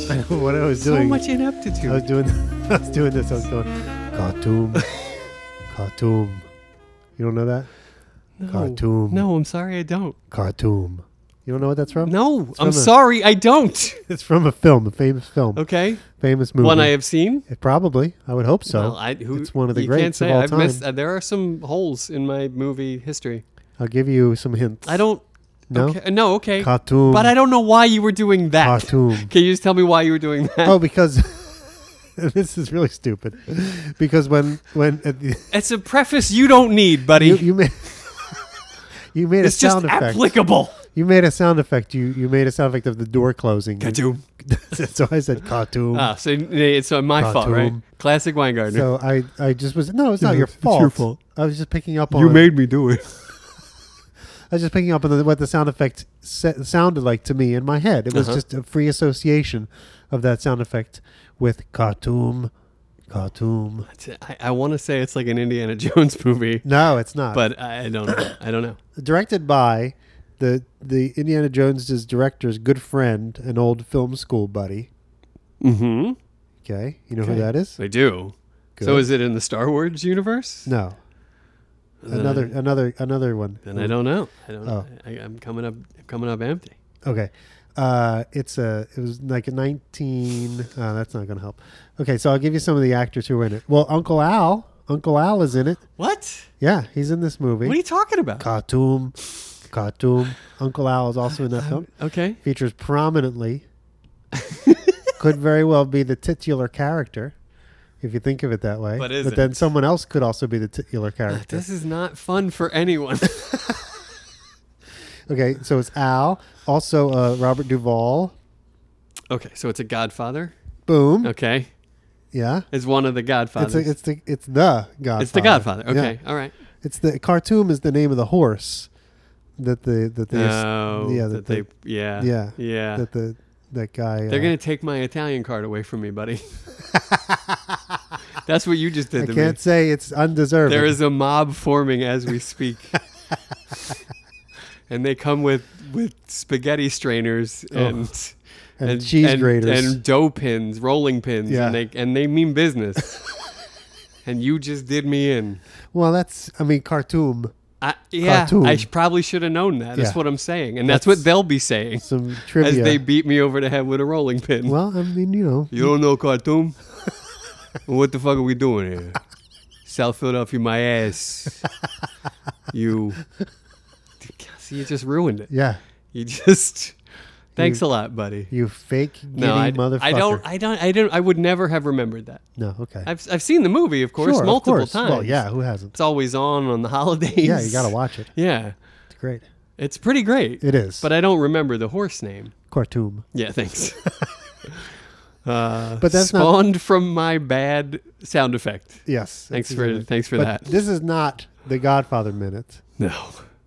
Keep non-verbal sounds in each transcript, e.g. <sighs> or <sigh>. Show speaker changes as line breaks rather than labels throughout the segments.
I was
so
doing
much ineptitude.
I was doing <laughs> I was doing this. I was going Khartoum, Khartoum. You don't know that
no.
Khartoum.
No, I'm sorry, I don't.
Khartoum. You don't know what that's from?
No,
It's
I'm
from a-
sorry, I don't.
<laughs>
<laughs>
It's from a film, a famous film,
Okay,
famous movie.
one I have seen.
It probably. I would hope so.
Well, I, who,
it's one of the
you can't
greats
say
of all
I've
time.
Missed, uh, there are some holes in my movie history.
I'll give you some hints.
I don't.
No?
Okay, uh, no. Okay.
Khartoum.
But I don't know why you were doing that.
Khartoum.
<laughs> Can you just tell me why you were doing that?
oh, because <laughs> this is really stupid. Because when when at the,
It's a preface you don't need, buddy.
you, you made <laughs> you made
it's
a
just
sound effect.
applicable.
you made a sound effect. You you made a sound effect of the door closing. <laughs>
Khartoum.
so I said Khartoum.
Ah, so it's uh, my fault, right?
Khartoum.
Classic Weingartner.
so I I just was no, it's not
Yeah,
your
it's your
fault.
fault.
I was just picking up on
me do it.
I was just picking up on the, what the sound effect sa- sounded like to me in my head. It was
Uh-huh.
just a free association of that sound effect with Khartoum, Khartoum.
I, I want to say it's like an Indiana <laughs> Jones movie,
No, it's not.
but I, I don't know. I don't
<coughs>
know.
directed by the the Indiana Jones's director's good friend, an old film school buddy.
Mm-hmm.
Okay, you know
Okay.
who that is?
I do. So
Good.
is it in the Star Wars universe?
No,
Then
another another another one.
I, then I don't know. I don't.
Oh.
I, I'm coming up. I'm coming up empty.
Okay. Uh, it's a. It was like a nineteen. Uh, that's not gonna help. Okay, so I'll give you some of the actors who were in it. Well, Uncle Al. Uncle Al is in it.
What?
Yeah, he's in this movie.
What are you talking about?
Khartoum, Khartoum. Uncle Al is also in
<laughs>
that film.
Okay.
Features prominently.
<laughs>
could very well be the titular character, if you think of it that way.
But
but
isn't.
then someone else could also be the titular character.
This is not fun for anyone. <laughs>
Okay, so it's Al. Also, uh, Robert Duvall.
okay, so it's a Godfather.
Boom.
Okay,
Yeah.
it's one of the Godfathers.
It's, a, it's the it's the Godfather.
It's the Godfather.
Yeah.
Okay, all right.
It's the Khartoum is the name of the horse that the that they
oh,
yeah
yeah,
that,
that
the,
they, yeah,
yeah
yeah.
that the that guy uh,
They're gonna take my Italian card away from me,
<laughs>
buddy. That's what you just did
I
to
can't say it's
me.
undeserved.
There is a mob forming as
<laughs>
we speak, and they come with with spaghetti strainers and.
Oh, and, cheese graters.
and dough pins, rolling pins,
Yeah.
and they and they mean business.
<laughs>
and you just did me in.
well, that's I mean Khartoum.
I, yeah,
Cartoon.
I sh- probably should have known that. That's
Yeah.
what I'm saying, and that's, what
That's
they'll be saying
Some
as
trivia.
they beat me over the head with a rolling pin.
well, I mean you know
You don't know Khartoum? what the fuck are we doing here? South Philadelphia, my ass. you. See, you just ruined it.
yeah
You just. Thanks a lot, buddy.
you fake giddy
No, I,
motherfucker.
I don't. I don't. I don't. I would never have remembered that.
no okay.
I've, I've seen the movie, of course,
Sure, of
multiple
course.
times.
Well, yeah, who hasn't?
It's always on on the <laughs> holidays.
Yeah, you gotta watch it.
Yeah,
It's great.
it's pretty great.
It is.
But I don't remember the horse name.
Khartoum. <laughs>
Yeah, thanks. uh,
But that's not-
spawned from my bad sound effect.
Yes.
Thanks
it's-
for thanks for
but
that.
This is not the Godfather minute.
no,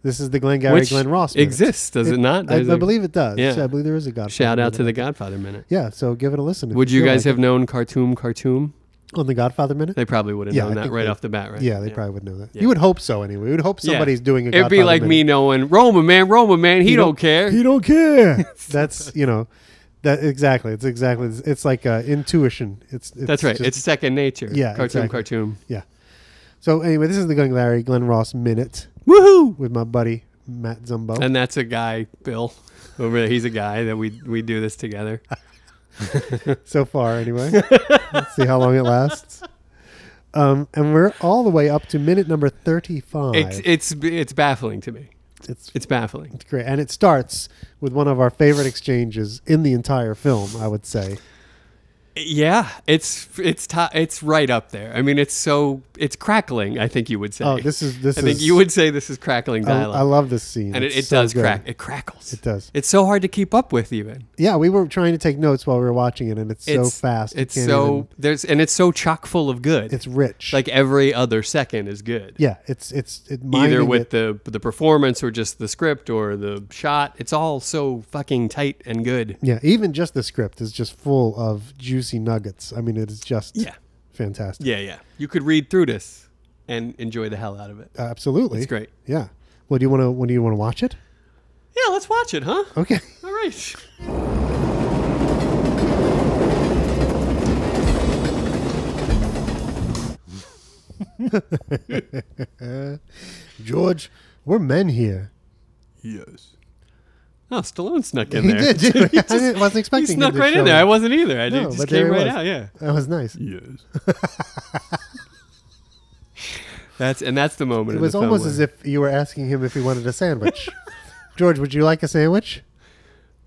This is the Glengarry Glen Ross minute.
exists, does it, not?
I,
There's
I
a
believe it does.
yeah.
I believe there is a Godfather.
Shout out
minute.
to the Godfather minute.
Yeah, so give it a listen. if
Would you
feel
guys
like
have known Khartoum, Khartoum?
it. on the Godfather minute?
They probably would have
Yeah, I
known that
think
right
they-
off the bat, right?
yeah, they probably would know that.
Yeah.
You would hope so anyway. We would hope
Yeah.
somebody's doing a.
It'd be
Godfather
like me
minute.
knowing Roma man, Roma man. He,
He
don't,
don't-
care.
He don't
<laughs>
care. That's you know, that exactly. It's exactly. It's like uh, intuition. It's, it's
That's right.
just-
it's second nature.
Yeah,
Cartoon,
exactly.
cartoon.
so anyway. This is the Glenn Larry Glenn Ross minute
Woohoo!
with my buddy Matt Zumbo.
And that's a guy, Bill, over there. He's a guy that we we do this together.
so far anyway. Let's see how long it lasts. Um, and we're all the way up to minute number thirty-five.
It's it's it's baffling to me.
it's
It's baffling.
It's great. And it starts with one of our favorite exchanges in the entire film, I would say.
Yeah, it's it's to, it's right up there. I mean, it's so it's crackling. I think you would say.
Oh, this is this
I
is
think you would say this is crackling
I,
dialogue,
I love this scene.
and it,
It's
it
so
does
good.
crack. It crackles.
It does.
It's so hard to keep up with, even.
Yeah, we were trying to take notes while we were watching it and it's, so fast. you
It's
can't
so
even-
there's and it's so chock full of good.
it's rich.
like every other second is good.
yeah, it's it's it
either
minding
with
it.
the the performance or just the script or the shot. It's all so fucking tight and good.
Yeah, even just the script is just full of juicy nuggets. I mean, it is just
Yeah.
fantastic.
Yeah, yeah. You could read through this and enjoy the hell out of it.
Absolutely.
It's great.
Yeah. Well, do you want to when do you want to watch it?
Yeah, let's watch it, huh?
Okay.
All right.
George, we're men here.
Yes. <laughs> Oh, Stallone snuck in
He
<laughs>
<laughs>
there.
did, didn't he?
just-
I didn't- wasn't expecting
He
him
snuck
to
right
show
in there.
up.
I wasn't either. I did.
No,
just
but
came
there he
right
was.
out. Yeah.
That was nice.
Yes. that's and that's the
It
moment. in
was
the film
almost
where-
as if you were asking him if he wanted a sandwich. <laughs> George, would you like a sandwich?
<laughs>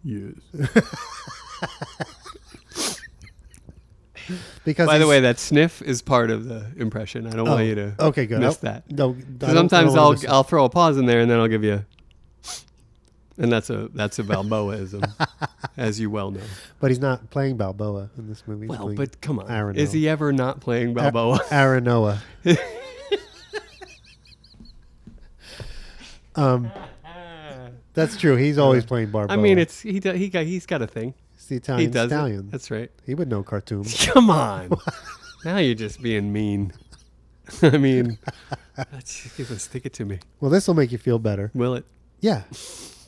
Yes.
Because
By the
he's-
way, that sniff is part of the impression. I don't
Oh,
want you to
okay, good.
miss
I-
that.
No, I don't- I
Sometimes
don't
I'll
wanna miss
I'll throw a pause in there and then I'll give you. a- And that's a that's a Balboaism,
<laughs>
as you well know.
it. but he's not playing Balboa in this movie. He's
Well,
playing
but come on,
Aaron
is
Noah.
he ever not playing Balboa?
Aranoa. um, that's true. He's always playing Balboa.
<laughs> I mean, it's he do- he got he's got a thing.
It's the Italian
he does it.
stallion.
That's right.
He would know cartoon.
Come on. now you're just being mean. <laughs> I mean, let's just give it- stick it to me.
Well, this will make you feel better.
Will it?
Yeah,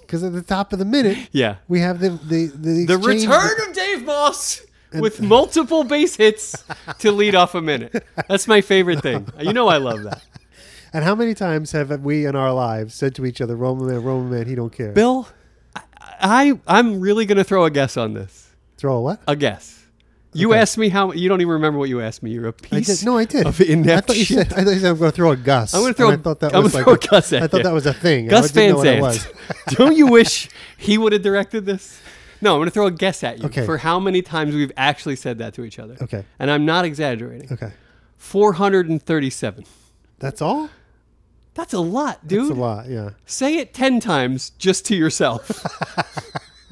because at the top of the minute
Yeah.
we have the the the,
The
exchange-
return of Dave Moss with multiple base hits to lead off a minute. That's my favorite thing. You know I love that.
And how many times have we in our lives said to each other, "Roman man, Roman man, he don't care."
Bill, I, I I'm really gonna throw a guess on this.
Throw a what?
A guess. You
Okay.
asked me how you don't even remember what you asked me. You're a
I
piece.
did. No, I did.
Of inept
I thought you
shit.
said. I thought you said I'm going to throw a Gus.
I'm gonna
And
throw
I thought that
I'm
was
gonna
like
throw
a-
a Gus at
I thought
you.
that was a thing.
Gus
I didn't
Van
know what it
Sant.
was.
<laughs> Don't you wish he would have directed this? No, I'm going to throw a guess at you
Okay.
for how many times we've actually said that to each other.
Okay.
And I'm not exaggerating.
Okay.
437.
That's all.
That's a lot, dude.
That's a lot. Yeah.
Say it 10 times just to yourself.
<laughs>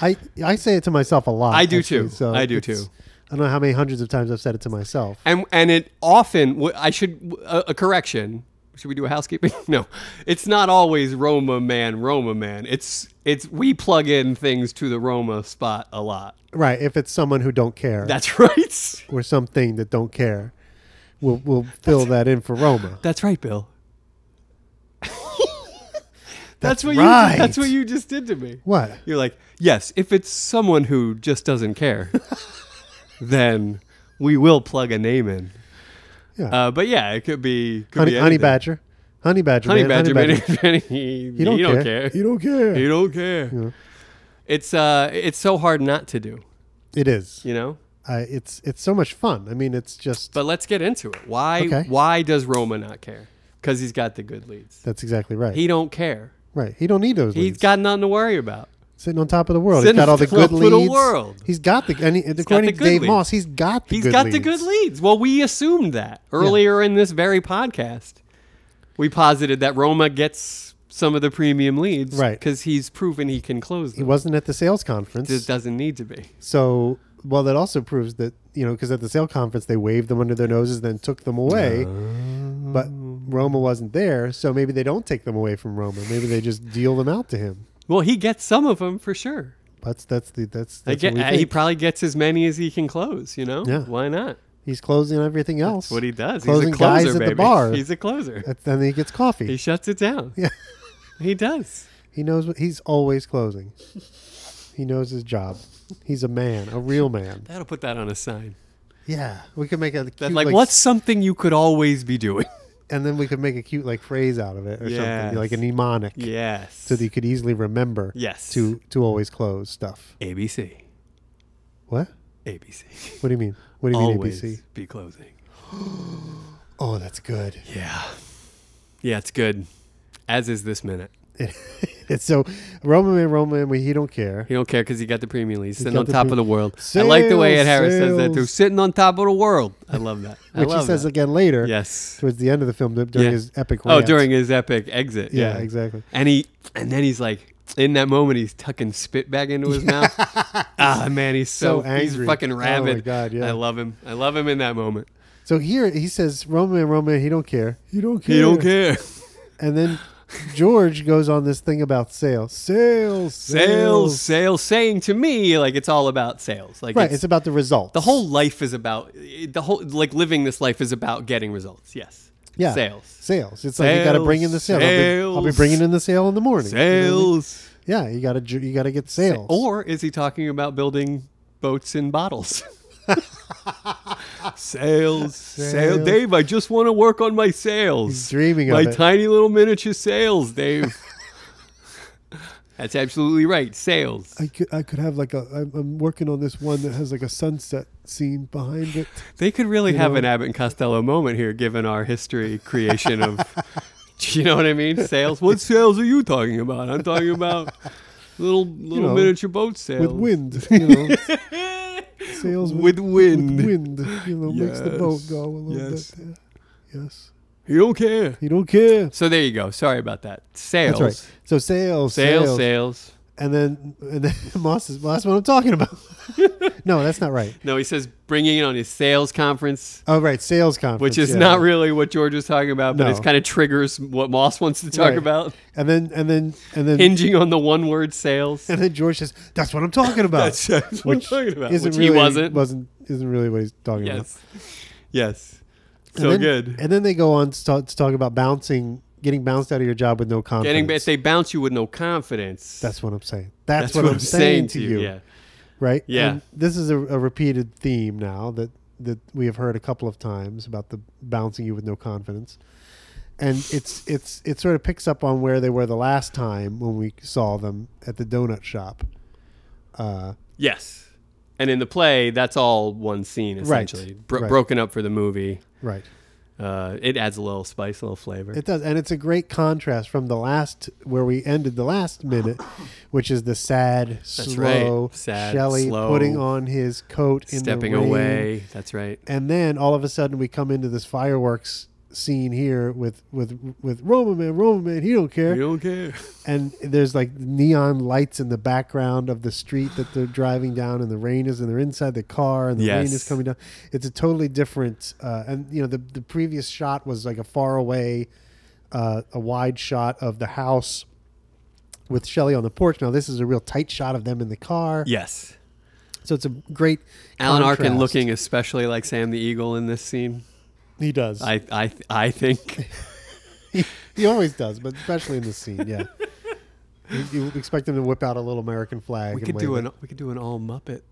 I I say it to myself a lot.
I do
actually,
too.
So
I do
it's-
too.
I don't know how many hundreds of times I've said it to myself.
and and it often w- I should a, a correction. Should we do a housekeeping? <laughs> no. It's not always Roma man, Roma man. It's it's we plug in things to the Roma spot a lot.
Right. If it's someone who don't care
That's <laughs> right.
or something that don't care, we'll we'll fill that in for Roma.
That's
<laughs>
right, Bill. that's,
That's
what you
right.
that's what you just did to me.
What?
You're like, yes, if it's someone who just
<laughs>
doesn't care, then we will plug a name in.
Yeah.
Uh, but yeah, it could be could
Honey,
be
honey
anything.
badger. Honey badger.
Honey
man,
badger,
Honey
man, he,
You
<laughs>
don't, care. You don't care.
He don't care. It's uh, it's so hard not to do,
It is.
you know.
Uh, it's it's so much fun. I mean, it's just
But let's get into it. Why
Okay.
why does Roma not care? Because he's got the good leads.
that's exactly right.
He don't care.
right. He don't need those.
He's
leads.
got nothing to worry about.
sitting on top of the world.
Sitting
he's got all the
on top
good
of the
leads.
world.
He's got the and he,
got
according
the
to
good
Dave
leads.
Moss, he's got the
He's
good
got
leads.
the good leads. Well, we assumed that earlier in this very podcast. We posited that Roma gets some of the premium leads,
Right.
Because he's proven he can close
He
them.
wasn't at the sales
It just
conference,
doesn't need to be.
so well that also proves that you know because at the sale conference they waved them under their noses, then took them away. But Roma wasn't there, so maybe they don't take them away from Roma. Maybe they just deal them out to him.
Well, he gets some of them for sure.
That's that's the that's,
I
that's what
get,
we
uh, he
think.
probably gets as many as he can close. You know,
Yeah.
Why not?
he's closing everything else.
That's what he does.
Closing
He's a closer,
guys at the
baby.
bar.
He's a closer.
That's- and then he gets coffee.
He shuts it down.
<laughs> Yeah.
He does.
He knows what he's always closing. He knows his job. He's a man, a real man.
That'll put that on a sign.
Yeah, we could make a cute,
That, like, what's something you could always be doing?
<laughs> and then we could make a cute like phrase out of it or
Yes.
something like a mnemonic
yes.
so that you could easily remember.
Yes.
To to always close stuff.
ABC.
What?
ABC.
What do you mean? What do you
Always
mean ABC?
be closing.
Oh, that's good. <laughs>
Yeah. Yeah, it's good. As is this minute.
It's so Roman man, Roman man, we- he don't care.
He don't care because he got the premium lead. Sitting
got
on
the
top
pre-
of the world. I like the way Ed
Sales,
Harris says that too.
sales.
Sitting on top of the world. I love that. I
Which he
love
says
that.
again later
Yes.
towards the end of the film during
Yeah.
his epic
Oh,
rant.
during his epic exit.
yeah,
Yeah.
exactly.
And he and then he's like in that moment he's tucking spit back into
<laughs>
his mouth. Ah man, he's so,
So
he's
angry.
fucking
Oh, my
rabid.
God, yeah.
I love him. I love him in that moment.
So here he says Roman man, Roman man, he don't care. He don't care.
He don't care.
And
<laughs>
then George goes on this thing about sales. Sales.
Sales, sales, saying to me like it's all about sales. Like
Right.
it's,
It's, about the results.
the whole life is about the whole like living this life is about getting results. Yes.
yeah.
Sales.
Sales. It's like you got to bring in the sale. I'll be- I'll, be,
Sales.
bringing in the sale in the morning. You know what I mean?
Sales.
Yeah. You got to you got to get sales.
Or is he talking about building boats in bottles? <laughs> sales, sales. Dave, I just want to work on my sales.
He's dreaming of
my
it.
tiny little miniature sales,
<laughs>
Dave. That's absolutely right. Sales.
I could I could have like a I'm, I'm working on this one that has like a sunset scene behind it.
They could really have
know?
an Abbott and Costello moment here, given our history
<laughs>
creation of, do you know what I mean? Sales. What sales are you talking about? I'm talking about little little
know,
miniature boat sales
with wind,
<laughs>
you know. Sails
With wind.
With wind, you know, makes the boat
Yes.
go a little
Yes.
bit. Yeah. Yes.
You don't care.
You don't care.
So there you go. Sorry about that. Sales.
That's right. So sales,
Sales.
sales,
Sales.
and then and then <laughs> Moss is well, that's what I'm talking about. <laughs> no, that's not right.
No, he says bringing it on his sales conference.
Oh, right, sales conference,
Which is
yeah.
not really what George was talking about, but
No.
it's kind of triggers what Moss wants to talk
Right.
about,
And then and then and then
hinging on the one word sales.
and then George says, "That's what I'm talking about." <laughs>
<laughs> That's what we're talking about.
Isn't
Which
really,
he wasn't.
Wasn't isn't really what he's talking about.
Yes. Yes.
And
So
then-
good.
And then they go on to talk, to talk about bouncing, getting bounced out of your job with no confidence.
Getting if they bounce you with no confidence.
That's what I'm saying. That's, what, I'm saying, to you.
Yeah.
Right?
Yeah.
And this is a, a repeated theme now that, that we have heard a couple of times about the bouncing you with no confidence. And it's it's it sort of picks up on where they were the last time when we saw them at the donut shop. Uh,
Yes. And in the play, that's all one scene
Right.
essentially, Bro-
Right.
broken up for the movie.
right.
Uh, it adds a little spice, a little flavor.
It does, and it's a great contrast from the last where we ended the last
<laughs>
minute, which is the sad, slow
right. Sad,
Shelley
slow,
putting on his coat, in
Stepping
the rain.
away. That's right.
and then all of a sudden we come into this fireworks scene here with with with Roma man, Roma man, he don't care,
You don't care.
and there's like neon lights in the background of the street that they're driving down, and the rain is, and they're inside the car, and the rain is
Yes.
coming down. It's a totally different, uh, and you know the the previous shot was like a far away, uh, a wide shot of the house with Shelley on the porch. Now this is a real tight shot of them in the car,
Yes.
so it's a great.
Alan Arkin
contrast.
looking especially like Sam the Eagle in this scene.
He does.
I I
<laughs>
I think.
He always does, but especially in this scene,
<laughs>
yeah. you, you expect him to whip out a little American flag.
We
and
could do
wave
an we could do an all Muppet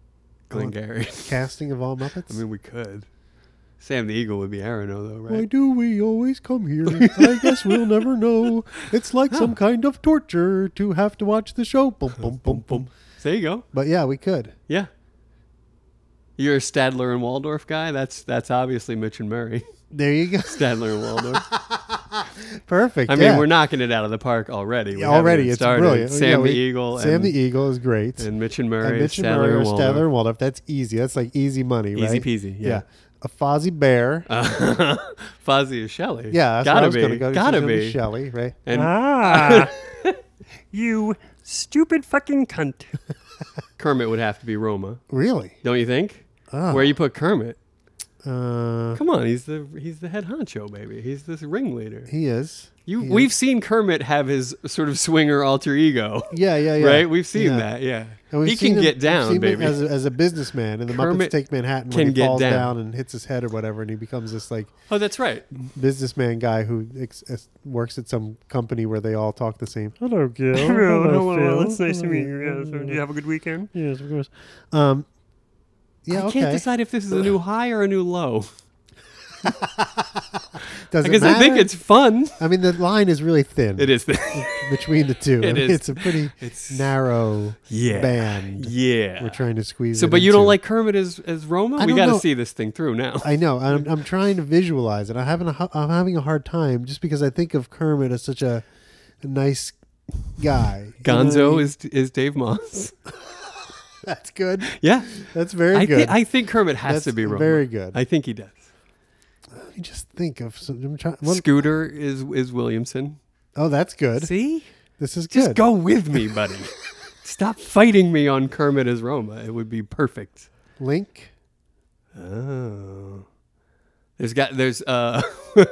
Glengarry. <laughs>
it. casting of all Muppets.
I mean, we could. Sam the Eagle would be Arano, though,
Why
right?
do we always come
<laughs>
here? I guess we'll never know. It's like
<gasps>
some kind of torture to have to watch the show. Boom, boom, boom, boom.
So there you go.
But yeah, we could.
Yeah. You're a Stadler and Waldorf guy. That's that's obviously Mitch and Murray. <laughs>
There you go. <laughs>
Stadler and Waldorf.
Perfect.
I mean,
yeah.
we're knocking it out of the park already. We
Yeah,
haven't
already.
even
It's
started.
brilliant.
Sam
Yeah,
the
we-
Eagle.
Sam
and,
the Eagle is great.
and Mitch and
and
Murray.
Mitch and
Stadler
Murray are
Waldorf.
Stadler and Waldorf. That's easy. That's like easy money,
Easy
right?
peasy, yeah.
A Fozzie Bear.
Fozzie is Shelley.
yeah, that's
gotta
what I was
be.
going to go. It's
Gotta
gonna
be.
Shelley, right?
And <laughs>
Ah, you stupid fucking cunt.
Kermit would have to be Roma,
Really?
don't you think?
Ah.
Where you put Kermit?
Uh,
Come on, he's the he's the head honcho, baby. He's this ringleader.
he is.
You, we've seen Kermit have his sort of swinger alter ego,
Yeah, <laughs> yeah, yeah.
right? We've seen
Yeah.
that. Yeah,
And we've
he
seen
can
him-
get
we've
down,
seen him
baby.
As a, as a businessman, and the Muppets
Kermit
Take Manhattan
can
when he
get
falls
down.
down. and hits his head or whatever, and he becomes this like
oh, that's right.
businessman guy who ex- ex- works at some company where they all talk the same.
<laughs>
Hello, Gil. Hello, Phil. It's nice to meet you. Yes, do you have a
<laughs>
good weekend?
Yes, of course. Um, yeah,
I
okay.
can't decide if this is a new high or a new low
Does it
because I think
matter?
it's fun.
I mean, the line is really thin
It is. <laughs> The,
between the two. I mean,
is.
It's a pretty
It's-
narrow
Yeah.
band.
yeah.
We're trying to squeeze.
so,
it
but you don't
into.
like Kermit as as Roma?
I
we
don't
got to
know.
see this thing through now.
I know. I'm, I'm trying to visualize it. I'm having a, hu- I'm having a hard time just because I think of Kermit as such a, a nice guy. You know what I
<laughs> Gonzo
mean?
is is Dave Moss.
<laughs>
<laughs>
that's good.
yeah,
That's very
I,
good.
thi- I think Kermit has
that's
to be Roma.
very good.
I think he does.
Let me just think of some. I'm trying, what-
Scooter is is Williamson.
oh, that's good.
See,
this is
Just
good.
go with me, buddy. Stop fighting me on Kermit as Roma. It would be perfect.
Link.
Oh. There's got there's uh <laughs>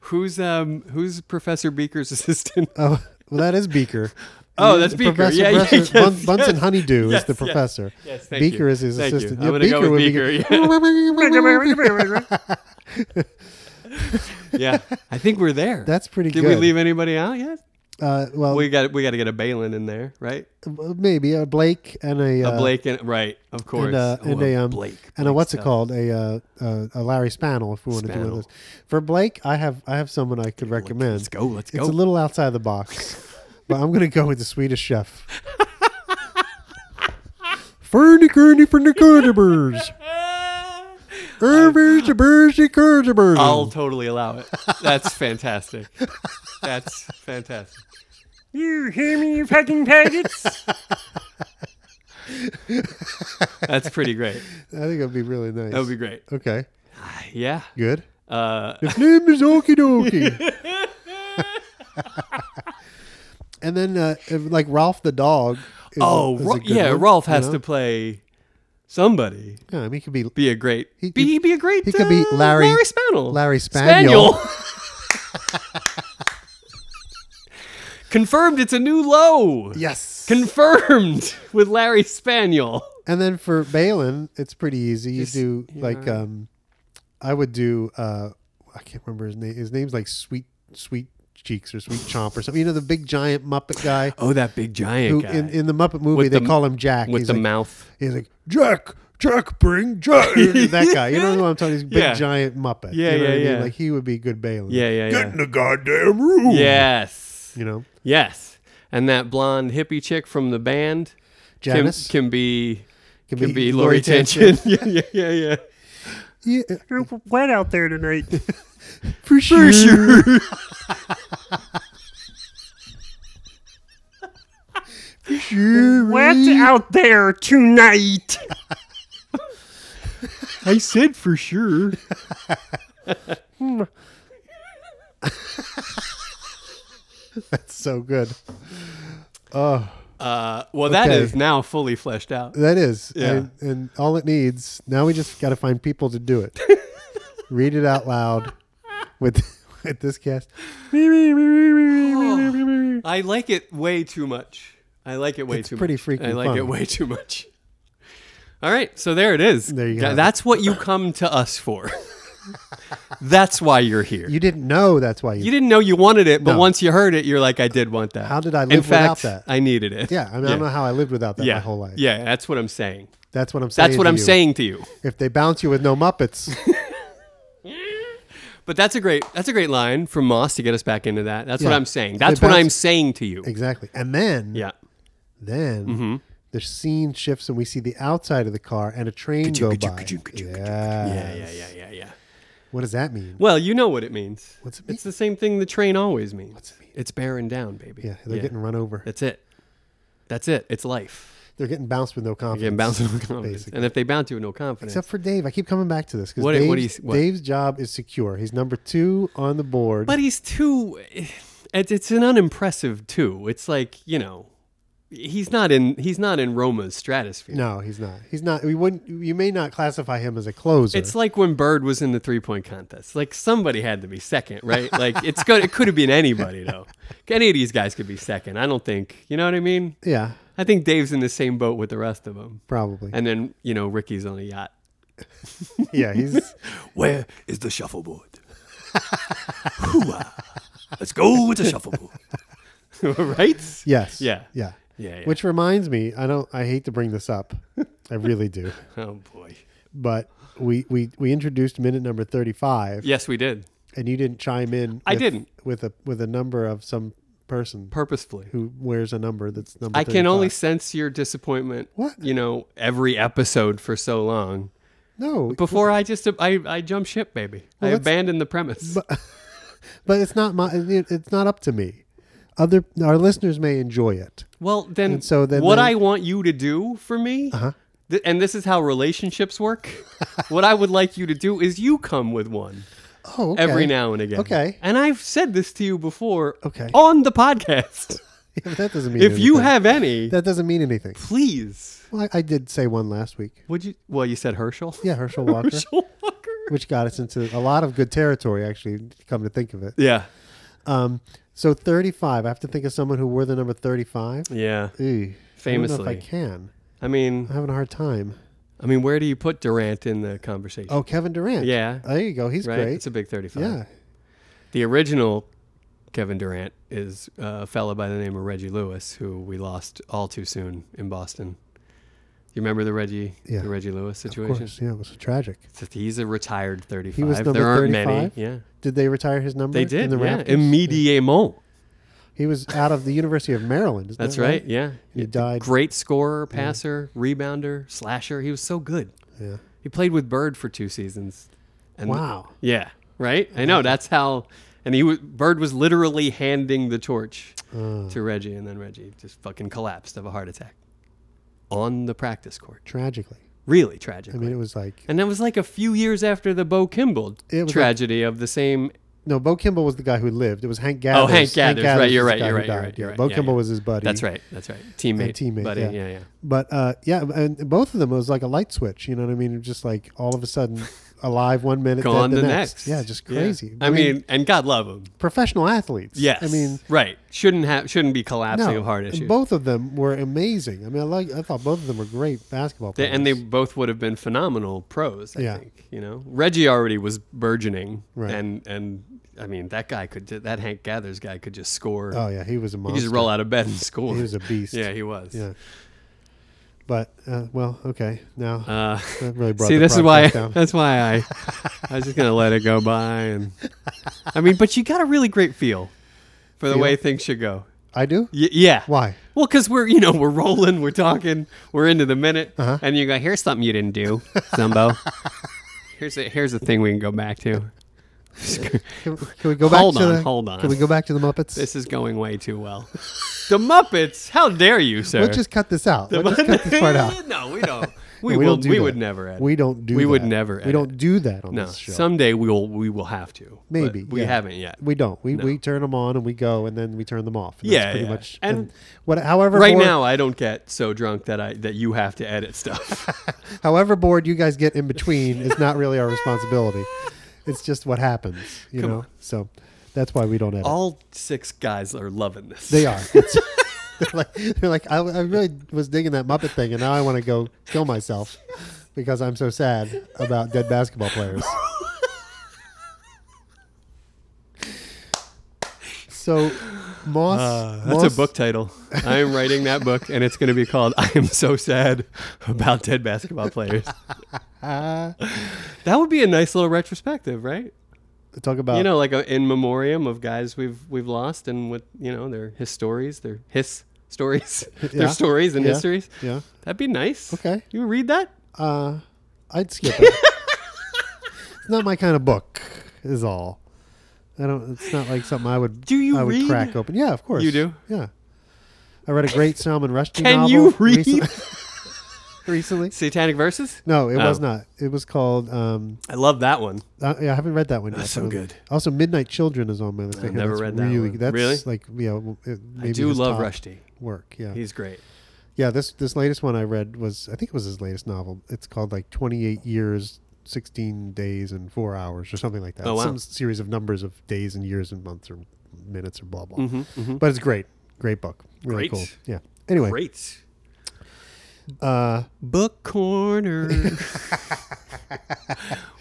who's um who's Professor Beaker's <laughs> assistant?
Oh, <laughs> well, that is Beaker.
Oh, that's Beaker.
Professor,
Yeah, yeah,
Professor
yes,
Bun-
<laughs> yes.
Bunsen Honeydew
Yes,
is the
yes.
professor.
Yes, thank
Beaker
you.
is his
Thank you.
assistant.
I'm gonna go with
would be
Beaker,
good.
Yeah. I think we're there.
<laughs> <laughs> that's pretty
Did
good.
we leave anybody out yet?
Uh, well,
We got we got to get a Balin in there, right?
maybe a Blake and a,
a
uh,
Blake and right, of course.
and, uh,
Oh,
and
a
a um,
Blake
and a
Blake
what's it
stuff.
called a uh, uh, a Larry Spannel if we want to do one of
Spannel.
those. For Blake, I have I have someone I could
Let's-
recommend.
Let's go. Let's
It's a
go.
little outside the box, but I'm gonna go with the Swedish Chef. Ferny Kerny from the Kurdibers.
Ah!
Irvers the Bursy Kurdibers.
I'll totally allow it. That's fantastic. That's fantastic.
You hear me, you fucking faggots?
That's pretty great.
I think it'd be really nice.
That would be great.
okay.
Yeah.
Good.
Uh,
His name is Okie
<laughs>
Dokie. and then, uh, like Ralph the dog. Is
oh,
a, is a
Ra-
good
yeah.
one,
Rolf
you
has
know?
to play somebody.
Yeah, I mean, he could be
Be a great.
He-
be,
he-
he'd be a great.
he could be
uh,
Larry-
Larry Spaniel.
Larry Spaniel.
<laughs> Confirmed. It's a new low.
yes.
Confirmed with Larry Spaniel.
and then for Balin, it's pretty easy. You
Just,
do
you
like
know.
um, I would do uh, I can't remember his name. His name's like Sweet Sweet Cheeks or Sweet Chomp or something. You know, the big giant Muppet guy.
Oh, that big giant
Who,
guy
in, in the Muppet movie, they
the-
call him Jack.
with
He's
the
like,
mouth.
He's like, Jack, Jack, bring Jack. <laughs> that guy. You know who I'm talking He's a big
Yeah.
giant Muppet.
Yeah,
you know
yeah,
what I mean?
yeah.
Like, he would be good Balin.
Yeah, yeah,
Get
yeah.
in the goddamn room.
Yes.
You know,
Yes. And that blonde hippie chick from the band can-
Janice
can, be
can,
can be Lori Tension. <laughs> yeah, yeah, yeah, yeah.
Yeah,
You're wet out there tonight.
for sure. <laughs>
sure.
For sure.
Wet out there tonight.
<laughs> I said for sure.
That's so good.
Uh, well, that
Okay.
is now fully fleshed out.
That is.
Yeah.
And, and all it needs, now we just got to find people to do
<laughs>
it. Read it out loud with, <laughs> with this cast.
I like it way too much. I like it way
It's
too
pretty
much.
freaking
I like
fun.
it way too much. All right, so there it is.
There you
Th-
have it.
That's what you come to us for. <laughs> That's why you're here.
You didn't know that's why you.
You didn't know you wanted it, but
No.
once you heard it, you're like, I did want that.
How did I
In
live without
fact,
that?
I needed it.
yeah, I, mean, I don't know how I lived without that my whole life.
Yeah, that's what I'm saying.
That's what I'm saying.
That's what
to
I'm
you.
saying to you.
If they bounce you with no
<laughs>
Muppets,
But that's a great that's a great line from Moss to get us back into that. That's what
Yeah.
I'm saying.
They
That's what
bounce-
I'm saying to you.
exactly. And then,
Yeah. Mm-hmm.
then the scene shifts and we see the outside of the car and a train go
ka-choo,
by.
ka-choo, ka-choo, ka-choo, Yeah,
Yeah.
yeah, yeah, yeah, yeah.
What does that mean?
Well, you know what it means.
What's it
It's the same thing the train always means. It's bearing down, baby.
Yeah, they're getting run over.
That's it. That's it. It's life.
They're getting bounced with no confidence.
Getting bounced with no confidence.
Basically.
And if they bounce you with no confidence,
Except for Dave, I keep coming back to this because
What-
Dave's,
what do you- what?
Dave's job is secure. He's number two on the board.
But he's too. eh, It's, it's an unimpressive too. It's like you know, he's not in he's not in Roma's stratosphere.
no, he's not. He's not. We wouldn't. You may not classify him as a closer.
It's like when Bird was in the three point contest. Like somebody had to be second, right? Like it's good. It could have been anybody though. Any of these guys could be second. I don't think you know what I mean.
yeah,
I think Dave's in the same boat with the rest of them.
probably.
And then you know Ricky's on a yacht. <laughs>
yeah, he's.
<laughs> Where is the shuffleboard? <laughs> Hooah. Let's go with the shuffleboard. right?
Yes.
Yeah.
Yeah.
Yeah, yeah.
Which reminds me, I don't. I hate to bring this up. I really
<laughs>
do.
Oh boy.
But we we we introduced minute number thirty-five,
Yes, we did
and you didn't chime in.
I
with-
didn't.
with a with a number of some person
purposefully.
who wears a number that's number.
I can only
35.
sense your disappointment.
What?
You know, every episode for so long.
no,
Before I just I I jump ship, baby. I
let's-
abandoned the premise.
but it's not my. It, it's not up to me. Other our listeners may enjoy it.
well, then,
and so then
what
they- Uh-huh.
I want you to do for me, th- and this is how
<laughs>
relationships work. what I would like you to do is you come with one
Oh, okay. <laughs>
every now and again.
Okay.
And I've said this to you before.
Okay.
On
<laughs>
the podcast,
Yeah, that doesn't mean
if you
anything.
have any,
that doesn't mean
<laughs>
anything.
please.
Well, I, I did say one last week.
Would you? Well, you said Herschel. <laughs>
Yeah, Herschel Walker,
Herschel Walker.
which got us into a lot of good territory. Actually, come to think of it.
Yeah.
Um, so thirty-five. I have to think of someone who wore the number thirty-five.
Yeah.
Ew, I don't know
Famously.
if I can.
I mean,
I'm having a hard time.
I mean, where do you put Durant in the conversation?
Oh, Kevin Durant.
Yeah.
there you go. He's
right.
great.
It's a big 35.
yeah,
The original Kevin Durant is uh, a fellow by the name of Reggie Lewis, who we lost all too soon in Boston. You remember the Reggie,
Yeah.
the Reggie Lewis
Of
situation?
course, yeah, it was tragic.
So He's a retired 35.
number
there aren't many.
35?
Yeah.
Did they retire his number?
They did.
In the
yeah.
Raptors?
Immediately.
He was out of the University of Maryland. isn't
That's
that
right. Yeah.
He died.
Great scorer, passer, rebounder, slasher. He was so good.
Yeah.
He played with Bird for two seasons. And
Wow.
yeah. Right? I know. That's how. And he was, Bird was literally handing the torch
Uh, Uh-huh.
to Reggie, and then Reggie just fucking collapsed of a heart attack on the practice court.
Tragically.
Really tragic.
I mean, it was like
and that was like a few years after the Bo Kimball
It was like-
tragedy of the same
no. Bo Kimball was the guy who lived. It was Hank Gathers.
Oh, Hank Gathers. Right, you're
was the
right.
guy
You're
who
right. You're
died,
right. You're
yeah.
right.
Bo
yeah,
Kimball
yeah.
was his buddy.
That's right. That's right. Teammate.
teammate,
Buddy.
yeah.
Yeah. yeah,
But uh, yeah, and both of them it was like a light switch. You know what I mean? Just like all of a sudden, alive one minute, dead
Gone
the,
the
next.
next.
Yeah, just crazy.
I mean, and God love him.
professional athletes.
Yes.
I mean,
right. Shouldn't have. Shouldn't be collapsing
no,
of heart
and
issues.
both of them were amazing. I mean, I like. I thought both of them were great basketball
They-
players.
and they both would have been phenomenal pros. I
Yeah.
think you know Reggie already was burgeoning,
Right.
and and I mean that guy could ju- that Hank Gathers guy could just score.
Oh yeah, he was a
he
monster.
could just roll out of bed and score.
He was a beast.
yeah, he was.
Yeah. But uh, well, okay. Now
Uh, <laughs>
that really brought
See,
the
this is why.
podcast down.
That's why I. I was just gonna let it go
<laughs>
by, and I mean, but you got a really great feel for the
Feel?
way things should go.
I
<laughs>
do.
Y- yeah.
Why?
Well, because we're you know we're rolling, we're talking, we're into the minute,
Uh-huh.
and you go here's something you didn't do,
<laughs>
Zumbo. here's a here's a thing we can go back to.
Can, can we go back
Hold
to
on,
the,
hold on.
Can we go back to the Muppets?
This is going way too well. The Muppets, how dare you, sir?
we'll just cut this out.
The
We'll just cut this part out.
no,
<laughs>
we don't. <laughs> We,
we
will,
don't do
we
that.
would never edit.
We don't do.
We would
that.
never
We
edit.
don't do that on
No,
this show.
someday we'll we will have to. but
Maybe
we
yeah.
haven't yet.
We don't. We, we turn them on and we go, and then we turn them off. And
Yeah,
that's pretty
yeah.
much.
And-
what, however,
Right
bored,
now, I don't get so drunk that I that you have to edit stuff.
<laughs> however bored you guys get in between is not really our
<laughs>
responsibility. It's just what happens, you know. So that's why we don't edit.
All six guys are loving this.
They
<laughs>
are. It's, <laughs> they're like, they're like I, I really was digging that Muppet thing, and now I want to go kill myself because I'm so sad about dead basketball players.
<laughs>
So, Moss.
Uh, That's
Uh, Moss-
a book title. I am writing that book, and it's going to be called "I Am So Sad About Dead Basketball Players." that would be a nice little retrospective, right?
Talk about
you know, like a in memoriam of guys we've we've lost, and what you know, their his stories, their his
<laughs>
stories,
Yeah.
their stories and
Yeah.
histories.
Yeah.
That'd be nice.
Okay.
you read that?
Uh, I'd skip it. <laughs> it's not my kind of book. Is all. I don't. It's not like something I would.
Do you
I would
read?
crack open. Yeah, of course.
You do?
Yeah. I read a great Salman Rushdie
Can
novel.
you read? <laughs>
<laughs> recently?
Satanic Verses?
No, it was
Oh.
not. It was called. Um,
I love that one.
uh, yeah, I haven't read that one yet.
That's so
but-
good.
Also, Midnight Children is on my list. I hear
never
that's
read that
really,
one.
That's
Really?
like yeah. well, It, maybe
I do
his
love
top
Rushdie.
work. Yeah,
He's great.
yeah. This this latest one I read was I think it was his latest novel. It's called like Twenty Eight Years, Sixteen Days, and Four Hours, or something like that.
Oh, wow.
Some series of numbers of days and years and months or minutes or blah blah. But it's great, great book. Really
Mm-hmm, Great.
cool. Yeah. Anyway,
Great.
uh,
Book corner. <laughs>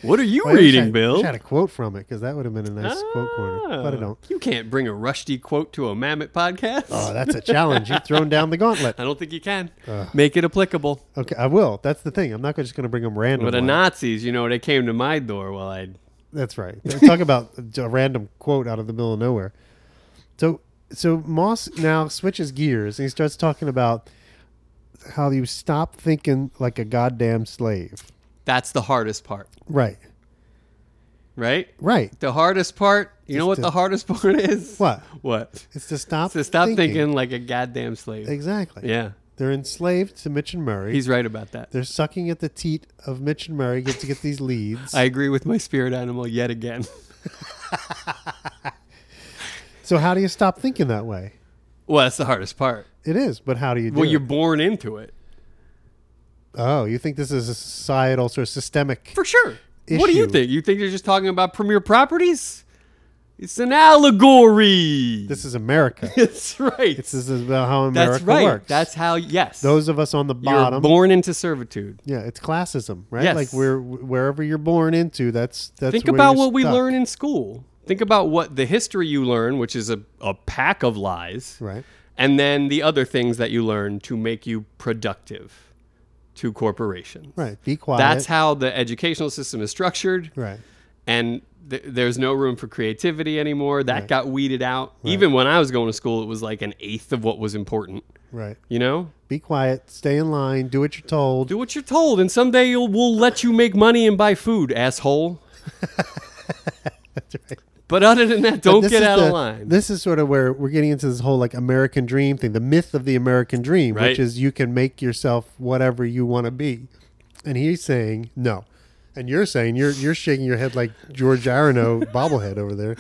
what are you
I wish I-
reading,
wish
Bill?
I had a quote from it because that would have been a nice quote corner, but I
Ah,
don't.
You can't bring a Rushdie quote to a Mammoth podcast.
Oh, that's a challenge. You've thrown down the gauntlet.
I don't think you can. Make it applicable.
Okay, I will. That's the thing. I'm not just going to bring them random.
But the
ones.
Nazis, you know, they came to my door while I.
That's right. Talk about a random quote out of the middle of nowhere. So, so Moss now switches gears and he starts talking about how you stop thinking like a goddamn slave.
That's the hardest part,
Right.
right?
Right.
The hardest part. You know
Is
what
to-
the hardest <laughs> part is?
What?
What?
It's to stop.
To stop thinking, like a goddamn slave.
Exactly.
Yeah,
They're enslaved to Mitch and Murray.
he's right about that.
They're sucking at the teat of Mitch and Murray get to get these leads.
I agree with my spirit animal yet again. <laughs>
so how do you stop thinking that way?
well, that's the hardest part.
It is, but how do you do
Well,
it?
you're born into it.
Oh, you think this is a societal sort of systemic?
For sure. What do you
issue.
think? You think they're just talking about premier properties? It's an allegory.
This is America.
<laughs> That's right.
this is about how America
That's right.
works.
That's how. Yes.
those of us on the
you're
bottom.
born into servitude.
yeah, it's classism, right?
Yes.
Like we're wherever you're born into, that's that's.
Think
where
about
you're
what we
stuck.
learn in school. Think about what the history you learn, which is a, a pack of lies,
Right.
and then the other things that you learn to make you productive to corporations.
Right. Be quiet.
That's how the educational system is structured,
Right.
and th- there's no room for creativity anymore. That got weeded out. Even when I was going to school, it was like an eighth of what was important.
Right.
You know,
Be quiet. Stay in line. Do what you're told.
do what you're told, and someday you'll, we'll let you make money and buy
<laughs>
food, asshole. But other than that, don't
This
get
is
out
the-
of line.
This is sort of where we're getting into this whole like American dream thing, the myth of the American dream,
Right.
which is you can make yourself whatever you want to be. And he's saying no. And you're saying you're you're shaking your head like George
<laughs>
Arano bobblehead over there,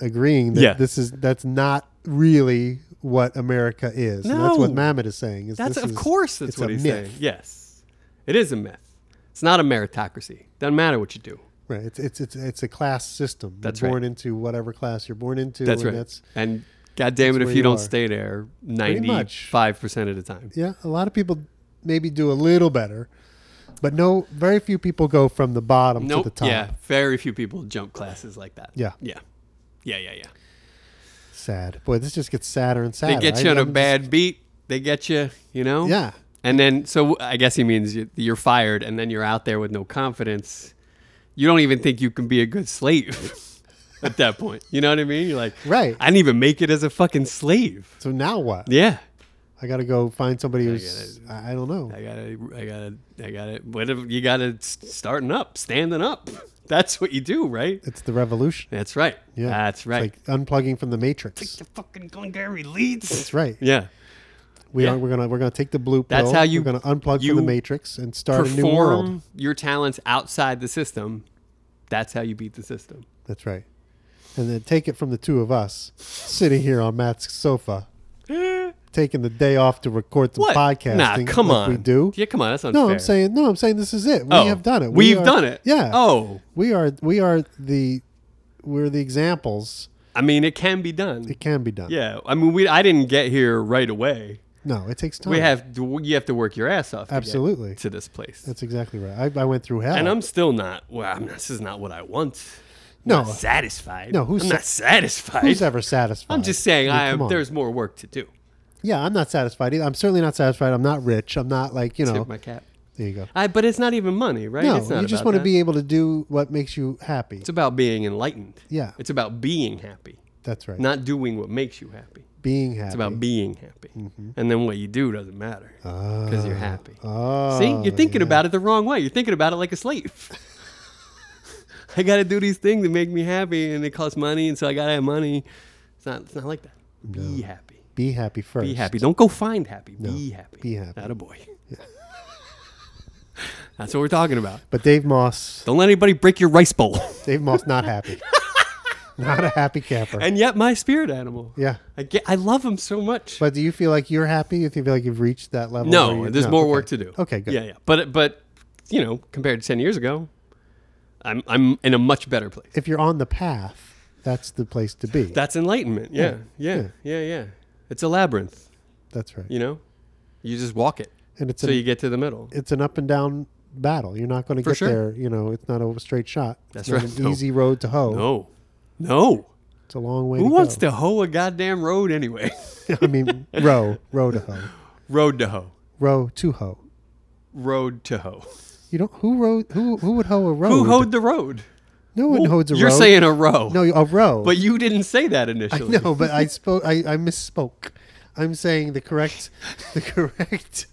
agreeing that
Yeah.
this is that's not really what America is. And that's what
No.
Mamet is saying. Is
that's
this
of
is-
course that's
it's
what
a
he's
myth.
saying. Yes, it is a myth. It's not a meritocracy. Doesn't matter what you do.
Right. It's it's it's, it's a class system.
That's
you're born
right.
into whatever class you're born into.
That's
and
right.
That's
and God damn it,
that's
if
where
you,
you
don't
are.
stay there
much.
ninety-five percent of the time.
Yeah, a lot of people maybe do a little better, but no, very few people go from the bottom
Nope.
to the top.
Yeah, very few people jump classes like that.
Yeah.
Yeah. Yeah, yeah, yeah.
Sad. Boy, this just gets sadder and
They
sadder.
get
I-
you on a
I'm just-
bad beat. They get you, you know?
Yeah.
And then, so I guess he means you- you're fired and then you're out there with no confidence. You don't even think you can be a good slave <laughs> at that point. You know what I mean? You're like,
Right.
I didn't even make it as a fucking slave.
So now what?
Yeah.
I got to go find somebody who's, I I don't know.
I gotta, I gotta, I gotta, whatever. You gotta s- starting up, standing up. That's what you do, right?
It's the revolution.
That's right.
Yeah.
That's
It's
right.
like unplugging from the matrix.
the fucking Glengarry leads.
That's right.
Yeah.
We
Yeah.
are, we're gonna we're gonna take the blue pill.
That's how you-
we're gonna unplug
you
from the matrix and start a new world.
Perform your talents outside the system. That's how you beat the system.
That's right. And then take it from the two of us sitting here on Matt's
<gasps>
sofa, taking the day off to record some
What?
podcasting.
Nah, come
like
on.
We do.
Yeah, come on. That's unfair.
No, I'm saying no. I'm saying this is it. We
Oh,
have done it.
we've
are-
done it.
Yeah.
Oh.
we are. We are the. We're the examples.
I mean, it can be done.
It can be done.
yeah. I mean, we. I didn't get here right away.
No, it takes time.
We have. To, you have to work your ass off. to get
Absolutely.
To this place.
That's exactly right. I, I went through hell.
and I'm still not. Well, I'm not, this is not what I want. I'm
No.
not satisfied.
No, who's
I'm
sa-
not satisfied.
who's ever satisfied?
I'm just saying.
mean,
I
come
am.
on.
There's more work to do.
Yeah, I'm not satisfied either. I'm certainly not satisfied. I'm not rich. I'm not like you know.
Tip my cap.
There you go.
I, but it's not even money, right?
No,
it's not
you just
about
want to
that.
be able to do what makes you happy.
It's about being enlightened.
Yeah.
It's about being happy,
That's right.
not doing what makes you happy.
being happy.
It's about being happy.
Mm-hmm.
And then what you do doesn't matter because you're happy.
oh,
See, you're thinking about it the wrong way. You're thinking about it like a slave. <laughs> I got to do these things that make me happy and it costs money. And so I got to have money. It's not, it's not like that. Be happy.
Be happy first.
Be happy. Don't go find happy. Be happy.
be happy.
Not a boy. <laughs> That's what we're talking about.
But Dave Moss,
Don't let anybody break your rice bowl. <laughs>
Dave Moss, not happy. not a happy camper.
and yet, my spirit animal.
yeah.
I, get, I love him so much.
But do you feel like you're happy? Do you feel like you've reached that level? where
no,
you-
there's more
okay.
work to do.
Okay, good.
Yeah, yeah. But but you know, compared to ten years ago, I'm I'm in a much better place.
If you're on the path, that's the place to be.
That's enlightenment. Yeah, yeah, yeah, yeah. It's a labyrinth.
that's right.
You know, you just walk it
And it's
so
an,
you get to the middle.
it's an up and down battle. You're not going to
For
get
sure.
there. You know, it's not a straight shot.
That's
it's not
right.
An
<laughs> No.
easy road to hoe.
No, no.
It's a long way.
Who
to
wants
go.
to hoe a goddamn road anyway? <laughs>
<laughs> I mean, row, row to hoe,
road to hoe.
row to hoe.
Road to hoe.
You don't. Who rowed? Who who would hoe a road?
Who hoed the road?
No one hoes a
You're
road.
saying a row.
no a row.
but you didn't say
<laughs>
that
I
initially.
know, but I spoke. I, I misspoke. I'm saying the correct, <laughs> the correct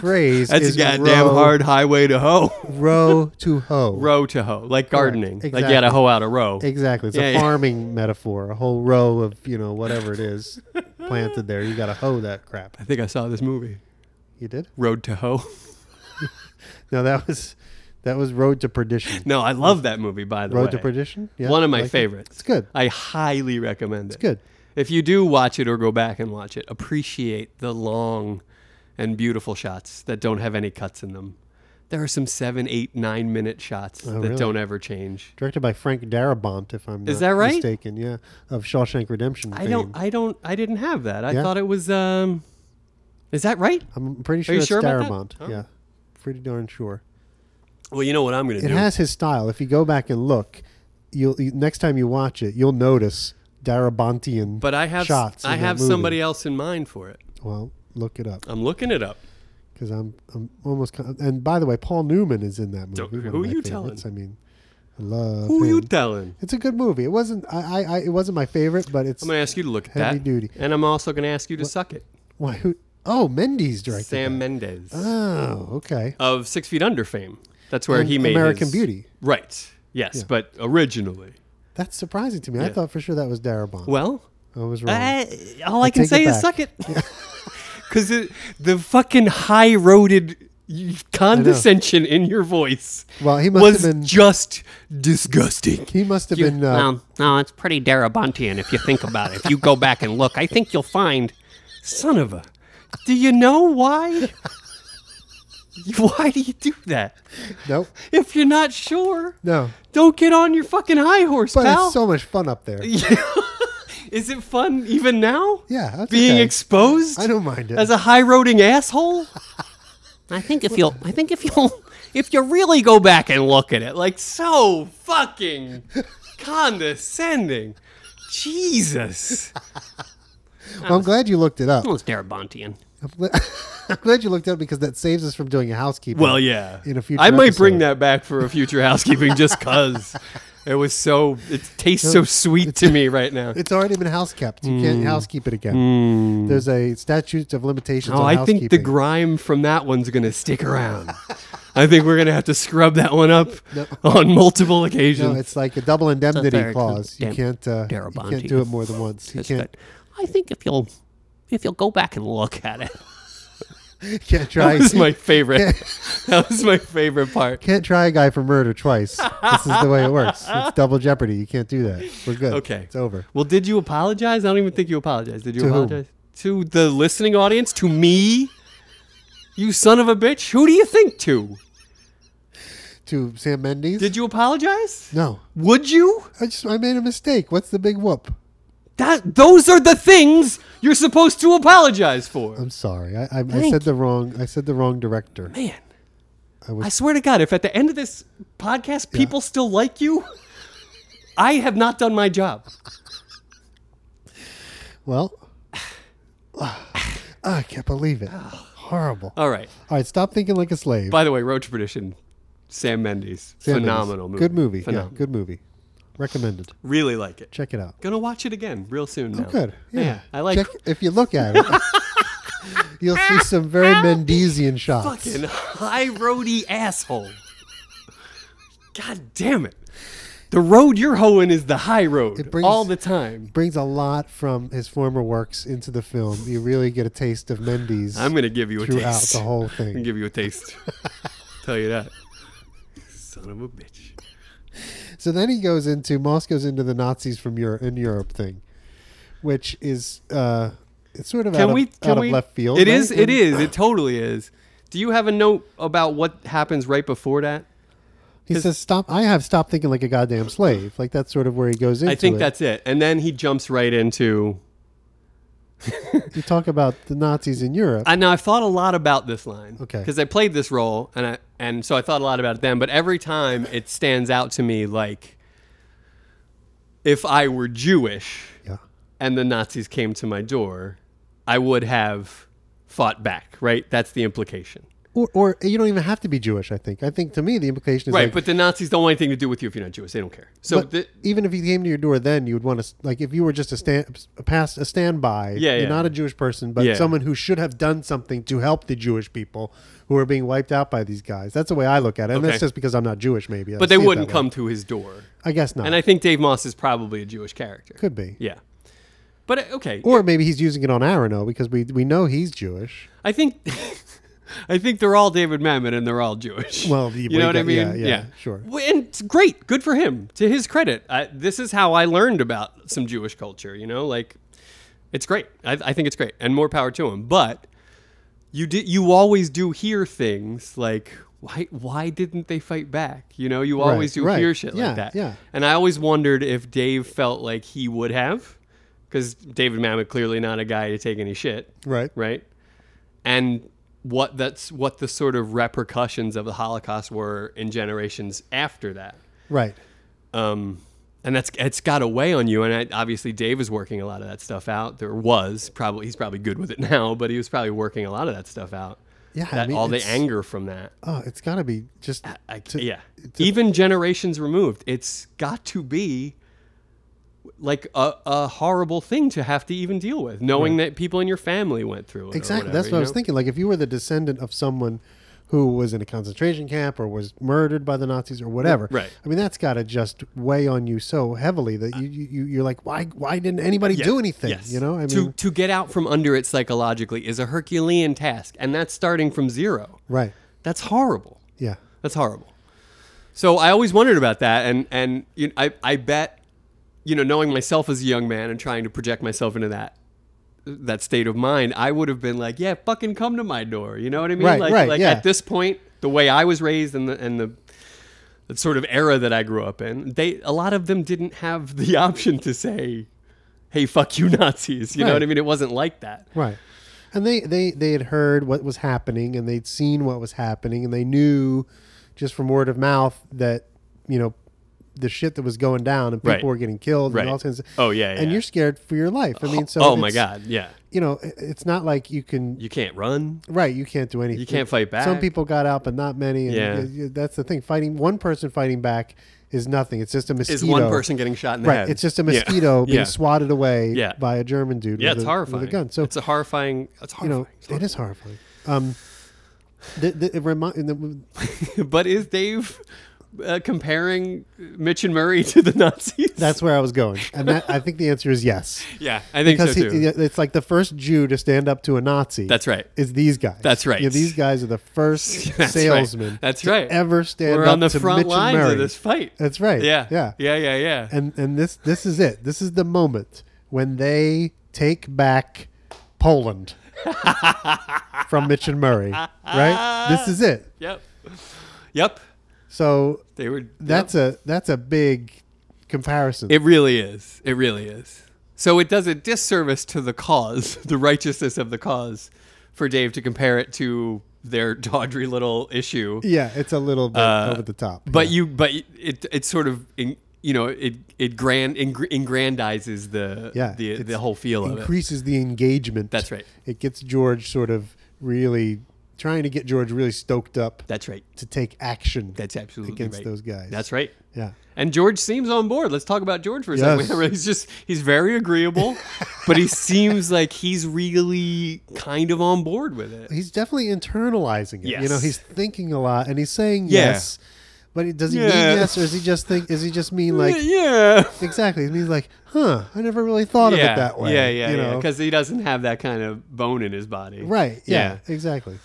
phrase
That's
is
a goddamn
row,
hard highway to hoe.
row to hoe.
row to hoe, like gardening. Like you
Exactly.
got to hoe out a row.
Exactly. It's
Yeah,
a
yeah.
farming metaphor. A whole row of you know whatever it is planted there. You got to hoe that crap.
I think I saw this movie,
You did?
Road to Hoe.
No, that was that was Road to
<laughs>
Perdition.
<laughs> no, I love that movie by the way.
Road to Perdition. Yeah,
One
I
of my
like it.
favorites.
It's good.
I highly recommend it.
It's good.
If you do watch it or go back and watch it, appreciate the long and beautiful shots that don't have any cuts in them. There are some seven, eight, nine minute shots that
Oh, really?
don't ever change.
Directed by Frank Darabont, if I'm
Is
not
that right?
mistaken. Yeah, of Shawshank Redemption.
I
fame.
don't, I don't, I didn't have that. I
Yeah.
thought it was, um, is that right?
I'm pretty
Are
sure
you
it's
sure about that?
Darabont.
Oh.
Yeah, pretty darn sure.
Well, you know what I'm going to
It
do.
has his style. If you go back and look, you'll you, next time you watch it, you'll notice Darabantian.
But I have
shots.
I
in that
have
movie.
somebody else in mind for it.
Well, look it up
I'm looking it up.
because I'm I'm almost. Con- and by the way, Paul Newman is in that movie.
So,
one of
who
my
you
favorites.
telling?
I mean, I love
Who you
him.
telling?
It's a good movie. It wasn't. I, I, I. It wasn't my favorite, but it's.
I'm gonna ask you to look at
Heavy
that.
duty.
And I'm also gonna ask you to suck it.
Why? Who? Oh, Mendes directed.
Sam
that.
Mendes
Oh, okay.
of Six Feet Under fame. That's where
And
he made
American
his-
Beauty.
Right. Yes,
Yeah.
but originally.
That's surprising to me. I
Yeah.
thought for sure that was Darabont.
Well,
I was wrong.
I, all
Oh.
I,
take
can
it
say is
back.
suck it. <laughs> Because the fucking high roaded condescension in your voice
well, he must
was
have been.
just disgusting.
He must have
You-
been. Uh,
um, no, it's pretty Darabontian if you think about it. If you go back and look, I think you'll find, son of a, do you know why? Why do you do that?
nope.
If you're not sure,
No.
don't get on your fucking high horse,
But
pal.
it's so much fun up
<laughs>
there.
Is it fun even now?
Yeah, that's
Being
okay.
exposed
I don't mind it.
as a high roading asshole? I think if you'll I think if you'll if you really go back and look at it, like so fucking condescending. Jesus.
Well, I'm glad you looked it up.
Well, it's Darabontian.
I'm gl- <laughs> I'm glad you looked it up because that saves us from doing a housekeeping.
Well, yeah.
In a future
I might bring
episode.
that back for a future housekeeping just cuz it was so it tastes so sweet to me right now.
It's already been housekept. You
Hmm.
can't housekeep it again. There's a statute of limitations
Oh,
on
Hmm. I
housekeeping.
think the grime from that one's going to stick around. I think we're going to have to scrub that
<laughs>
one up on multiple occasions.
no, it's like a double indemnity
very
clause. You
condemn-
can't uh, you can't
Darabontian.
do it more than once. You
That's
can't,
good. I think if you'll if you'll go back and look at it, <laughs>
you can't try
that was my favorite. <laughs> that was my favorite part.
can't try a guy for murder twice. this is the way it works.
<laughs>
It's double jeopardy. You can't do that. We're good.
Okay.
It's over.
Well, did you apologize? I don't even think you apologized. Did you
To whom?
apologize to the listening audience? To me? You son of a bitch! Who do you think to?
To Sam Mendes?
Did you apologize?
no.
Would you?
I just I made a mistake. What's the big whoop?
That those are the things you're supposed to apologize for.
I'm sorry. I, I, I
Thank
said the wrong I said the wrong director.
Man,
I
I,
was-
swear to God, if at the end of this podcast people still like you, I have not done my job. <sighs>
Well, Ah, I can't believe it. Horrible.
All right.
All right, stop thinking like a slave.
By the way, Road to Perdition, Sam Mendes,
Sam Mendes.
phenomenal movie.
Good movie. Yeah,
Phenomenal.
good movie. Recommended.
Really like it.
Check it out.
Gonna watch it again real soon. Now.
Oh, Good. Yeah.
I like
Check, if you look at
<laughs>
it, you'll see some very Mendesian shots.
fucking high roady asshole. God damn it. The road you're hoeing is the high road
It brings-
all the time.
brings a lot from his former works into the film. You really get a taste of Mendes
I'm gonna give you a
throughout
taste.
the whole
I can
thing.
<laughs> give you
<laughs>
a taste. Tell you that. Son of a bitch.
So then he goes into Moss goes into the Nazis from Europe in Europe thing, which is uh, it's sort of out,
Can we?
of,
Can
out
we?
of left field.
It is.
right?
It is. It totally is. Do you have a note about what happens right before that?
He says, "Stop! I have stopped thinking like a goddamn slave." Like that's sort of where he goes into.
I think
it.
that's it. And then he jumps right into.
you talk about the Nazis in Europe.
I know. I thought a lot about this line.
Okay.
Because I played this role, and I and so I thought a lot about it then. But every time it stands out to me like, if I were Jewish
yeah,
and the Nazis came to my door, I would have fought back. Right. That's the implication.
or, or you don't even have to be Jewish. I think. I think to me the implication is
Right,
like,
but the Nazis don't want anything to do with you if you're not Jewish. They don't care. So
But
the,
even if he came to your door, then you would want to like if you were just a stand a pass a standby.
Yeah,
you're
yeah.
not a Jewish person, but
Yeah.
someone who should have done something to help the Jewish people who are being wiped out by these guys. That's the way I look at it, and
Okay.
that's just because I'm not Jewish, maybe. I
but they
see it
wouldn't
that way.
come to his door.
I guess not.
And I think Dave Moss is probably a Jewish character.
could be,
Yeah. But uh, okay,
or maybe he's using it on Arano because we we know he's Jewish.
I think <laughs> I think they're all David Mamet and they're all Jewish.
<laughs> Well,
you,
you-
know what I mean?
yeah, yeah, sure.
W- And it's great, good for him. To his credit, I, this is how I learned about some Jewish culture. You know, like it's great. I, I think it's great, and more power to him. But you did, you always do hear things like. Why, why didn't they fight back? You know, you always do
right.
hear shit
Yeah,
like that.
yeah.
And I always wondered if Dave felt like he would have, because David Mamet clearly not a guy to take any shit
Right.
right? And what that's what the sort of repercussions of the Holocaust were in generations after that.
Right.
Um, and that's it's got a weigh on you. And I, obviously, Dave is working a lot of that stuff out. There was probably he's probably good with it <laughs> now, but he was probably working a lot of that stuff out.
Yeah, I
that,
mean,
all the
it's-
anger from that.
Oh, it's got to be just
I,
to-
yeah,
to-
even generations removed, it's got to be like a, a horrible thing to have to even deal with, knowing that people in your family went through it. or
exactly. That's what
whatever,
I
you
was
know?
thinking. Like if you were the descendant of someone who was in a concentration camp or was murdered by the Nazis or whatever,
Right. Uh,
I mean, that's got to just weigh on you so heavily that you, you you're like, why why didn't anybody do anything?
Yes.
You know, I mean,
to to get out from under it psychologically is a Herculean task, and that's starting from zero.
right?
That's horrible.
Yeah.
That's horrible. So I always wondered about that, and and you know, I I bet, you know, knowing myself as a young man and trying to project myself into that that state of mind, I would have been like, yeah, fucking come to my door. You know what I mean?
Right,
like
right,
like
yeah.
at this point, the way I was raised and the and the the sort of era that I grew up in, they a lot of them didn't have <laughs> the option to say, "Hey, fuck you, Nazis." You know
Right.
what I mean? It wasn't like that.
Right. And they, they, they had heard what was happening and they'd seen what was happening and they knew just from word of mouth that, you know, the shit that was going down and people
Right.
were getting killed
Right.
and all kinds of
Oh, yeah,
And
yeah.
you're scared for your life. I mean, so
oh my
it's-
god, yeah.
You know, it- it's not like you can
You can't run.
right, you can't do anything.
can't fight back.
Some people got out but not many and
Yeah.
y- y- that's the thing. Fighting one person fighting back is nothing. It's just a mosquito.
Is one person getting shot in the
Right,
head?
it's just a
Yeah.
mosquito
<laughs>
being
Yeah.
swatted away
Yeah.
by a German dude.
Yeah,
with
it's
a,
horrifying.
With a gun. So
it's a horrifying. It's
you
horrifying.
know, it is horrifying. Um, the, the, it remi- the,
<laughs> but is Dave uh, comparing Mitch and Murray <laughs> to the Nazis?
that's where I was going, and that, I think the answer is
<laughs>
yes,
yeah, I think so
because he-
too.
it's like the first Jew to stand up to a Nazi.
That's right.
Is these guys?
That's right.
Yeah, these guys are the first
<laughs> That's right.
salesmen.
That's
to
right.
Ever stand
We're
up
on the
to
front
Mitch and
lines
Murray.
of this fight.
That's right.
Yeah,
Yeah.
yeah, yeah, yeah.
And and this this is it. This is the moment when they take back
<laughs>
Poland from Mitch and Murray. Right. This is it.
yep, yep.
So
They were.
that's
yep.
a that's a big comparison.
It really is. It really is. So it does a disservice to the cause, <laughs> the righteousness of the cause, for Dave to compare it to their <laughs> tawdry little issue.
Yeah, it's a little bit over the top.
Uh, but
yeah.
you but it it sort of in, you know it it grand engr- engrandizes the
yeah,
the,
it's-
the whole feel of it
increases the engagement.
That's right.
It gets George sort of really trying to get George really stoked up
that's right
to take action.
that's absolutely
against
right.
those guys.
that's right
yeah.
and george seems on board let's talk about george for a
Yes.
second <laughs> he's just he's very
<laughs>
agreeable but he seems like he's really kind of on board with it
He's definitely internalizing it. You know,
Yes.
he's thinking a lot and he's saying
Yeah.
yes. But he- does he mean
Yeah.
yes or is he just think is he just mean like
<laughs> yeah
exactly? He means like, huh, I never really thought of
yeah
it that way.
yeah yeah
you
yeah
know?
because he doesn't have that kind of bone in his body
Right.
yeah
Yeah, exactly.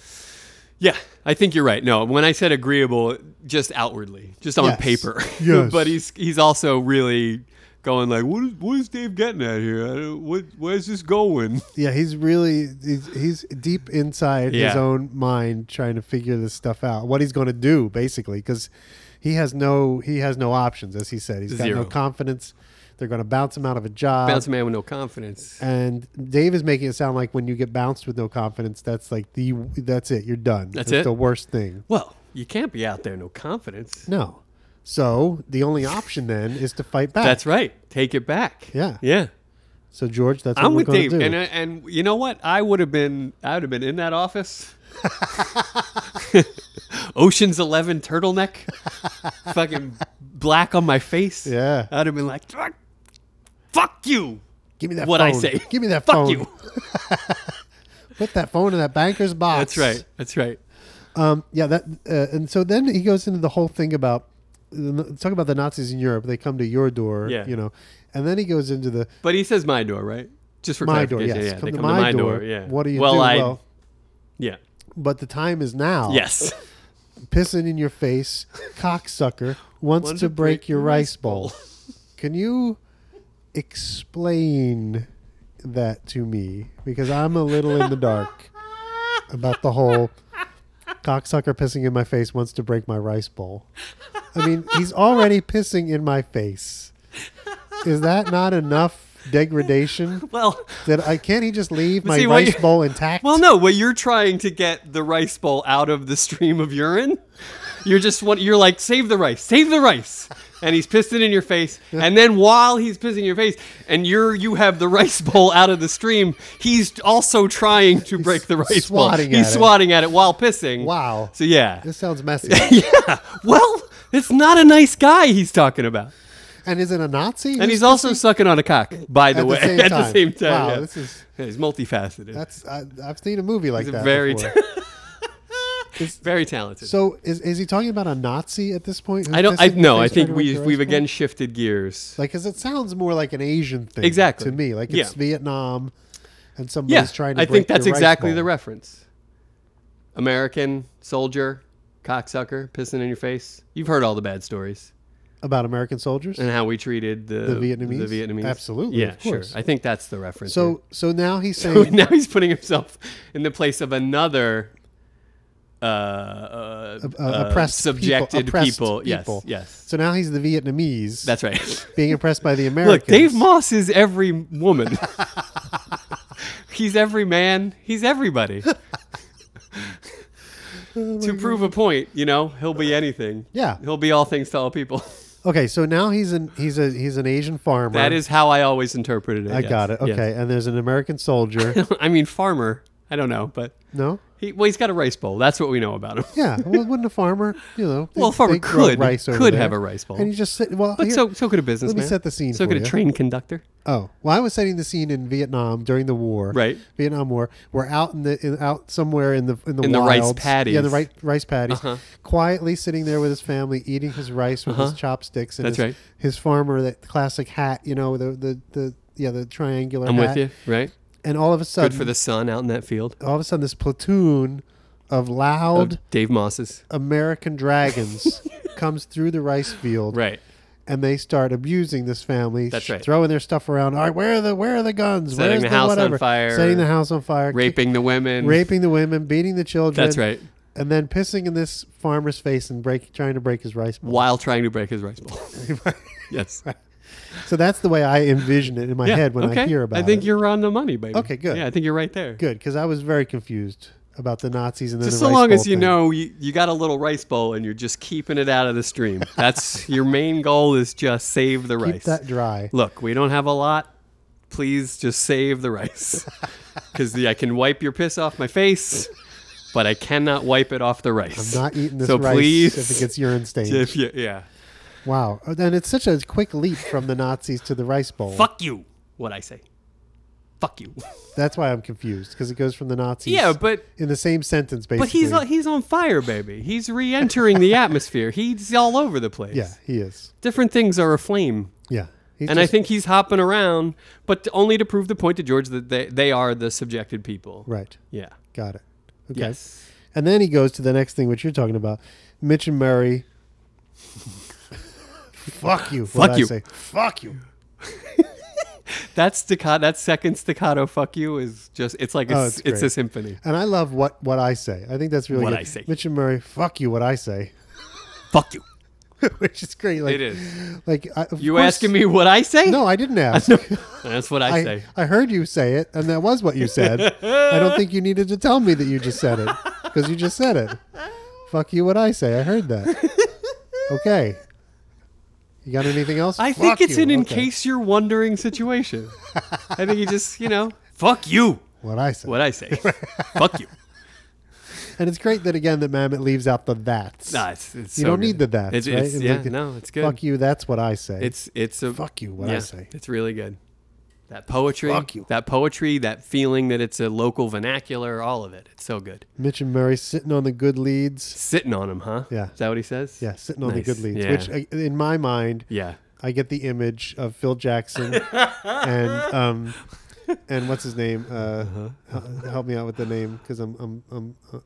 Yeah, I think you're right. No, when I said agreeable, just outwardly, just on
Yes.
paper. <laughs>
Yes.
but he's he's also really going like, what is, what is Dave getting at here? I don't, what where's
<laughs>
this going?
Yeah, he's really he's, he's deep inside his
Yeah.
own mind trying to figure this stuff out. What he's going to do basically cuz he has no he has no options as he said. He's got
Zero.
no confidence. They're going to bounce him out of a job.
Bounce a man with no confidence.
and Dave is making it sound like when you get bounced with no confidence, that's like the that's it, you're done.
That's it?
the worst thing.
Well, you can't be out there no confidence.
No. So, the only option then is to fight back.
That's right. Take it back.
Yeah.
Yeah.
so George, that's what
I'm
we're
with
going
Dave,
to do.
and I- and you know what? I would have been I would have been in that
<laughs>
office. <laughs> Ocean's Eleven
<laughs>
turtleneck, fucking black on my face.
Yeah.
I'd have been like, "Fuck- "Fuck you."
Give me that
what
phone.
I say.
Give me that
<laughs> Fuck
phone.
you.
Put that phone in that banker's box.
That's right. That's right.
Um, yeah, that uh, and so then he goes into the whole thing about talk about the Nazis in Europe. They come to your door,
Yeah.
you know, and then he goes into the
But he says my door, right? Just for
my door. Yes,
clarification, Yeah,
come,
they
to my, door.
Yeah.
What do you
well,
do?
I,
well, oh.
yeah.
but the time is now.
Yes. <laughs>
pissing in your face, cocksucker wants to break, your rice bowl. <laughs> Can you explain that to me? Because I'm a little in the
<laughs>
dark about the whole cocksucker pissing in my face wants to break my rice bowl. I mean, he's already pissing in my face. Is that not enough degradation?
<laughs> Well,
That I can't he just
<laughs>
leave my
See, what
rice
you-
bowl intact?
well, no. Well, you're trying to get the rice bowl out of the stream of urine. You're just what you're like. Save the rice. Save the rice. and he's pissing in your face. And then while he's pissing in your face, and you're you have the rice <laughs> bowl out of the stream, he's also trying to break the rice
swatting
bowl.
at
he's
it.
swatting at it while pissing.
Wow.
So yeah,
This sounds messy.
<laughs> yeah. Well, it's not a nice guy he's talking about,
and is it a Nazi?
and he's also sucking on a cock. By the
At the
way, <laughs>
same
at the
time.
same time,
Wow,
yeah.
this is-
Yeah, he's multifaceted.
that's I, I've seen a movie like
He's
that.
very <laughs>
before.
very talented.
so is is he talking about a Nazi at this point? who's
I don't.
pissing
I
in your
no. I
face
think
trying to
we've
raise
we've
hell?
again shifted gears.
like because it sounds more like an Asian thing
Exactly.
to me. Like it's
Yeah.
Vietnam, and somebody's
Yeah,
trying to.
I
break
think that's
your rice
exactly
bowl.
the reference. American soldier, cocksucker, pissing in your face. You've heard all the bad stories
about American soldiers.
and how we treated the,
The Vietnamese?
The Vietnamese,
Absolutely,
Yeah,
of
sure.
course.
I think that's the reference.
So so now he's
<laughs> here.
saying
now he's putting himself in the place of another. Uh, uh, uh,
oppressed people-
subjected
oppressed
Yes,
people.
yes.
so now he's the Vietnamese
That's right.
<laughs> being oppressed by the Americans.
<laughs> Look, Dave Moss is
<laughs>
every woman. he's every man.
<laughs>
He's everybody. <laughs> to prove a point, you know, he'll be anything.
Oh, Yeah.
He'll be all things to all people. <laughs>
Okay, so now he's an he's a he's an Asian farmer.
That is how I always interpreted it.
I
yes,
got it.
yes.
Okay, and there's an American soldier.
<laughs> I mean, farmer. I don't know, but
no.
he well, he's got a rice bowl. That's what we know about him. <laughs>
Yeah, well, wouldn't a farmer, you know?
Well, a farmer
grow
could-
over
could
there.
have a rice bowl.
and you just sit. Well,
But
here-
so so could a businessman.
set the scene
So
for
could
you.
a train conductor.
Oh, well, I was setting the scene in Vietnam during the war.
Right.
Vietnam War. We're out in the in, out somewhere in the in the
In the rice
wilds.
paddies. Uh-huh.
Yeah, the rice rice paddies. Quietly sitting there with his family, eating his rice with his chopsticks. And
That's
his,
right.
His farmer, that classic hat. You know, the the the yeah, the triangular.
I'm
hat.
with you, right?
And all of a
Good
sudden,
for the sun out in that field.
all of a sudden, this platoon of loud
Of Dave Moss's.
American
<laughs>
dragons comes through the rice field
Right.
and they start abusing this family.
That's
sh-
right.
Throwing their stuff around. All right, where are the where are the guns?
Setting
Where's
the house on
whatever?
fire.
Setting the house on fire. ki-
Raping the women.
raping the women, beating the children.
That's right.
And then pissing in this farmer's face and break trying to break his rice bowl.
while trying to break his
<laughs>
rice bowl. yes.
So that's the way I envision it in my
Yeah,
head when I
okay.
hear about it.
I think you're on the money, baby.
Okay, good.
Yeah, I think you're right there.
good because I was very confused about the Nazis and then
Just
the
so
rice
long
bowl
as you
thing.
know you, you got a little rice bowl and you're just keeping it out of the stream.
<laughs>
That's your main goal is just save the
keep
rice.
that dry.
Look, we don't have a lot. Please just save the
<laughs>
rice. Because I can wipe your piss off my face, but I cannot wipe it off the rice.
Not eating this
so
rice
please,
if it gets
<laughs>
urine stained.
if you, yeah.
Wow. And it's such a quick leap from the Nazis to the rice bowl.
Fuck you, what I say. Fuck
<laughs>
you.
That's why I'm confused because it goes from the Nazis.
yeah, but
in the same sentence, basically.
But he's he's on fire, baby. He's re-entering the atmosphere. He's all over the place.
yeah, he is.
Different things are aflame.
Yeah, he's
And I
just-
think he's hopping around, but to- only to prove the point to George that they, they are the subjected people.
right.
Yeah.
Got it. Okay.
Yes.
And then he goes to the next thing, which you're talking about, Mitch and Murray. Fuck you. what did
Fuck
I
you.
say? Fuck you.
That staccato, that second staccato "fuck you" is just it's like a,
Oh, it's
s- it's, a
great.
symphony.
And I love what what I say. I think that's really
What
good.
I say.
Mitch and Murray. Fuck you. What I say, <laughs>
Fuck you.
which is great. Like
It is.
Like I, of
You
course-
asking me what <laughs> I say?
No, I didn't ask.
That's what I,
I,
say.
I heard you say it, and that was what you said. I don't think you needed to tell me that you just said it because you just said it. Fuck you, what I say. I heard that. Okay. You got anything else?
I think
Fuck
it's
you.
an in
Okay.
case you're wondering situation. I think he just you know <laughs> fuck you.
What I said.
What
<laughs>
I say? fuck you.
and it's great that, again, that Mamet leaves out the that's.
Nah, it's, it's
you
so
don't
good.
need the that's.
It's,
right?
it's,
And
yeah,
like,
no, it's good.
Fuck you, that's what I say.
It's it's a
Fuck you, what I
yeah,
say.
It's really good. That poetry,
Fuck you.
that poetry, that feeling that it's a local vernacular, all of it. It's so good.
Mitch and Murray sitting on the good leads.
Sitting on him, huh?
Yeah.
Is that what he says?
Yeah, sitting on
Nice.
the good leads,
Yeah.
which uh, in my mind,
Yeah.
I get the image of Phil Jackson and um and what's his name? Uh,
Uh-huh.
h- Help me out with the name because I'm I'm, I'm uh,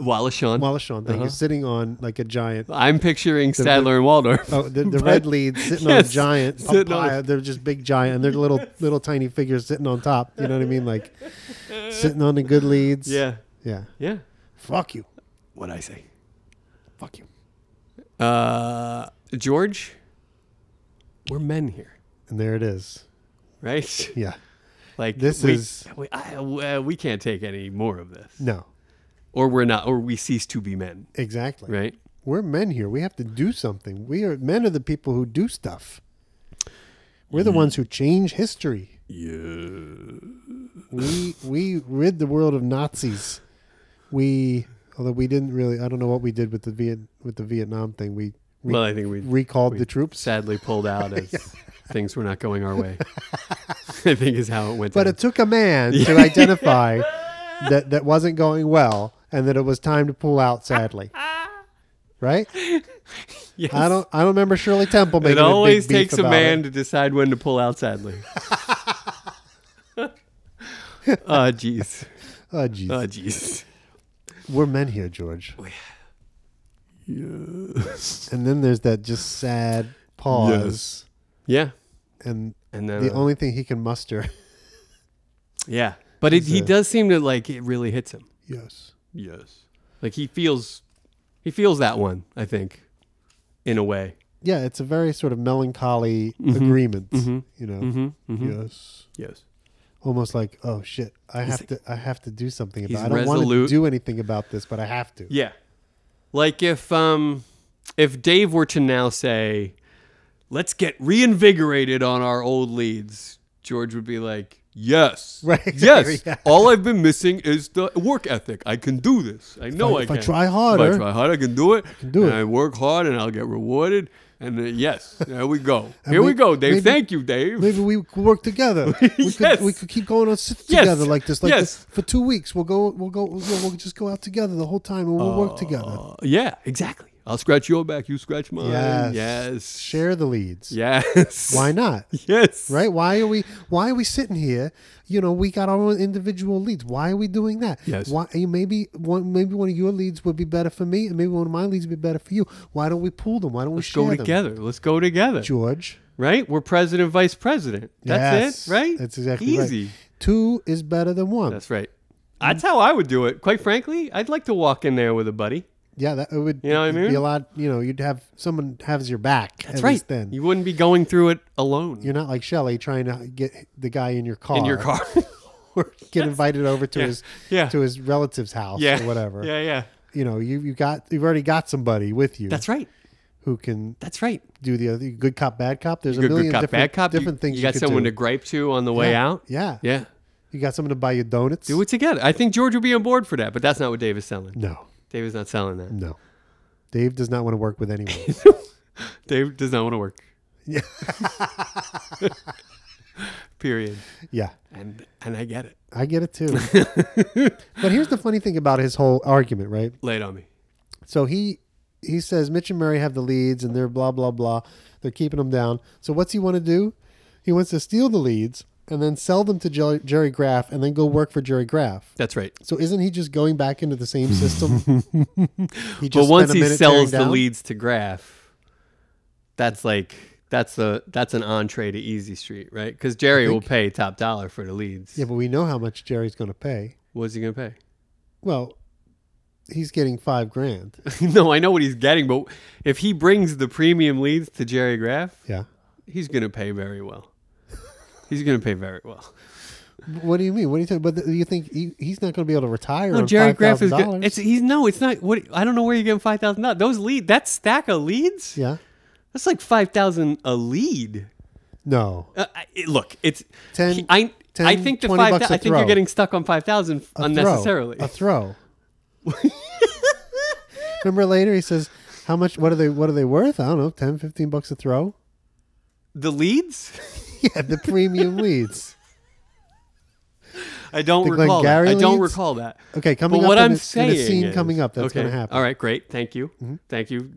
Wallace Shawn.
Wallace Shawn. Thank
Uh-huh.
you. Sitting on like a giant.
I'm picturing Sadler
<laughs>
and Waldorf.
Oh,
<laughs>
the, the red leads sitting on a
Yes,
giant.
sitting on-
papaya. They're just big giant, and they're little little tiny figures sitting on top. You know what I mean? Like sitting on the good leads.
Yeah.
yeah.
Yeah.
Fuck you.
What I say.
Fuck you.
Uh, George, we're men here,
And there it is. <laughs>
right?
Yeah.
Like
This
we,
is-
we, I, uh, we can't take any more of this,
No.
or we're not, or we cease to be men,
Exactly.
right?
We're men here. We have to do something. We are men are the people who do stuff. We're
Mm-hmm.
the ones who change history. We we rid the world of Nazis. We although we didn't really I don't know what we did with the Viet with the Vietnam thing. We re-
Well, I
<laughs>
think we
recalled the troops.
sadly pulled
<laughs>
out as things were not going our way. I think is how it went.
But
down.
it took a man
<laughs>
to identify that that wasn't going well and that it was time to pull out sadly. Right?
Yes.
I don't I don't remember Shirley Temple making
It
a big
always
beef
takes a
about
man
it.
to decide when to pull out. Sadly.
<laughs>
<laughs> Oh jeez.
Oh jeez.
<laughs> Oh jeez.
We're men here, George. And then there's that just sad pause.
Yeah.
And
And then
the
uh,
only thing he can muster. <laughs>
yeah, but it, he does seem to like it really hits him.
yes.
Yes. Like he feels, he feels that one. I think, in a way.
Yeah, it's a very sort of melancholy
Mm-hmm.
agreement. You know. Yes.
Yes.
Almost like, oh shit, I have to I have to do something about
he's
it. I don't want to
resolute.
do anything about this, but I have to.
Yeah. Like if um if Dave were to now say, "Let's get reinvigorated on our old leads," George would be like, "Yes,
Right, <laughs>
yes.
yeah.
All I've been missing is the work ethic. I can do this. I know
I-
I,
if I
can.
try harder-
if I try hard, I can do it. I can
do
and
it.
I work hard, and I'll get rewarded." And uh, yes, there
<laughs>
we go. Here we
may-
go, Dave.
maybe-
Thank you, Dave.
Maybe we could work
<laughs>
together. We, could,
Yes.
we could keep going on sit
Yes.
together like this, like
Yes.
this for two weeks. We'll go, we'll go, we'll, we'll just go out together the whole time, and we'll work together.
Uh, yeah, exactly. I'll scratch your back, you scratch mine.
Yes.
Yes. <laughs>
Share the leads.
Yes.
Why not?
<laughs> Yes.
Right? Why are we? Why are we sitting here? You know, we got our own individual leads. Why are we doing that?
Yes.
Why? you- Maybe one. Maybe one of your leads would be better for me, and maybe one of my leads would be better for you. Why don't we pool them? Why don't
Let's
we share
go
them?
together. Let's go together.
George?
Right? We're president, vice president. That's
Yes.
it, right?
That's exactly
Easy.
right. Mm. Two is better than one.
That's right. That's how I would do it. Quite frankly, I'd like to walk in there with a buddy.
Yeah, that it would.
You know what I
it'd Be
mean?
a lot. You know, you'd have someone has your back.
That's
at
right.
Least then
You wouldn't be going through it alone
you're not like Shelley trying to get the guy in your car
in your car. <laughs>
or get invited over to his
Yeah.
to his relative's house
yeah.
or whatever.
Yeah, yeah.
You know, you you got you've already got somebody with you
That's right.
who can
That's right.
do the other good cop bad cop. There's a
Good,
million
good cop,
different,
bad cop. You-
different things
you
you
got
could
someone
do.
to gripe to on the way
Yeah.
out.
Yeah.
Yeah.
You got someone to buy you donuts.
Do it together. I think George would be on board for that, but that's not what Dave is selling.
No,
Dave is not selling that.
no. Dave does not want to work with anyone.
<laughs> Dave does not want to work.
Yeah.
<laughs> Period.
yeah.
And and I get it.
I get it
<laughs>
too. but here's the funny thing about his whole argument, right?
Lay it on me.
So he he says Mitch and Murray have the leads and they're blah blah blah. They're keeping them down. So what's he want to do? He wants to steal the leads and then sell them to Jer- Jerry Graff and then go work for Jerry Graff.
That's right.
So isn't he just going back into the same system? he
But
just spent
once
a
he
minute tearing
sells the
down?
leads to Graf, that's like that's a that's an entree to Easy Street, right? Because Jerry will pay top dollar for the leads.
Yeah, but we know how much Jerry's going to pay.
What's he gonna pay?
Well, he's getting five grand.
<laughs> no, I know what he's getting, but if he brings the premium leads to Jerry Graf,
Yeah.
he's gonna pay very well. he's gonna pay very <laughs> well.
What do you mean? What do you think? But th- you think he, he's not going to be able to retire?
No,
on
Jerry Graf is
$5,000?
good. It's he's no, it's not. What I don't know where you're getting five thousand dollars. Those lead that stack of leads.
yeah.
That's like five thousand a lead.
No.
Uh, I- it, look, it's
10
he- I
10,
I think the
20
five.
bucks
thou-
a
I think you're
throw.
getting stuck on five thousand
A
unnecessarily.
Throw, a throw. <laughs> Remember later he says, "How much? What are they? What are they worth? I don't know, 10, 15 bucks a throw." <laughs>
the leads? <laughs>
Yeah, the premium leads.
I don't
The
recall. That.
Glengarry
I don't
leeds?
recall that.
Okay, coming
But
up
what
in
I'm
a- in a
saying
scene
is-
coming up, that's
okay,
gonna happen. Mm-hmm.
All right, great. Thank you. Thank you.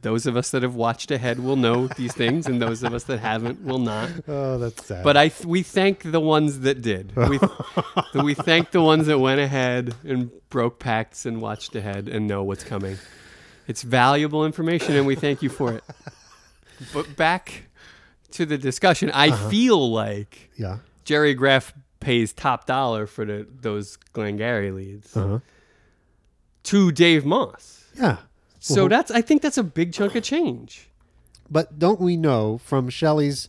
Those of us that have watched ahead will know these things, and those of us that haven't will not.
Oh, that's sad.
But I th- we thank the ones that did.
<laughs>
We, th- we thank the ones that went ahead and broke pacts and watched ahead and know what's coming. It's valuable information, and we thank
<laughs>
you for it. But back to the discussion, I
Uh-huh.
feel like
yeah,
Jerry Graff pays top dollar for the, those Glengarry leads
Uh-huh.
to Dave Moss.
yeah.
So that's I think that's a big chunk of change.
But don't we know from Shelley's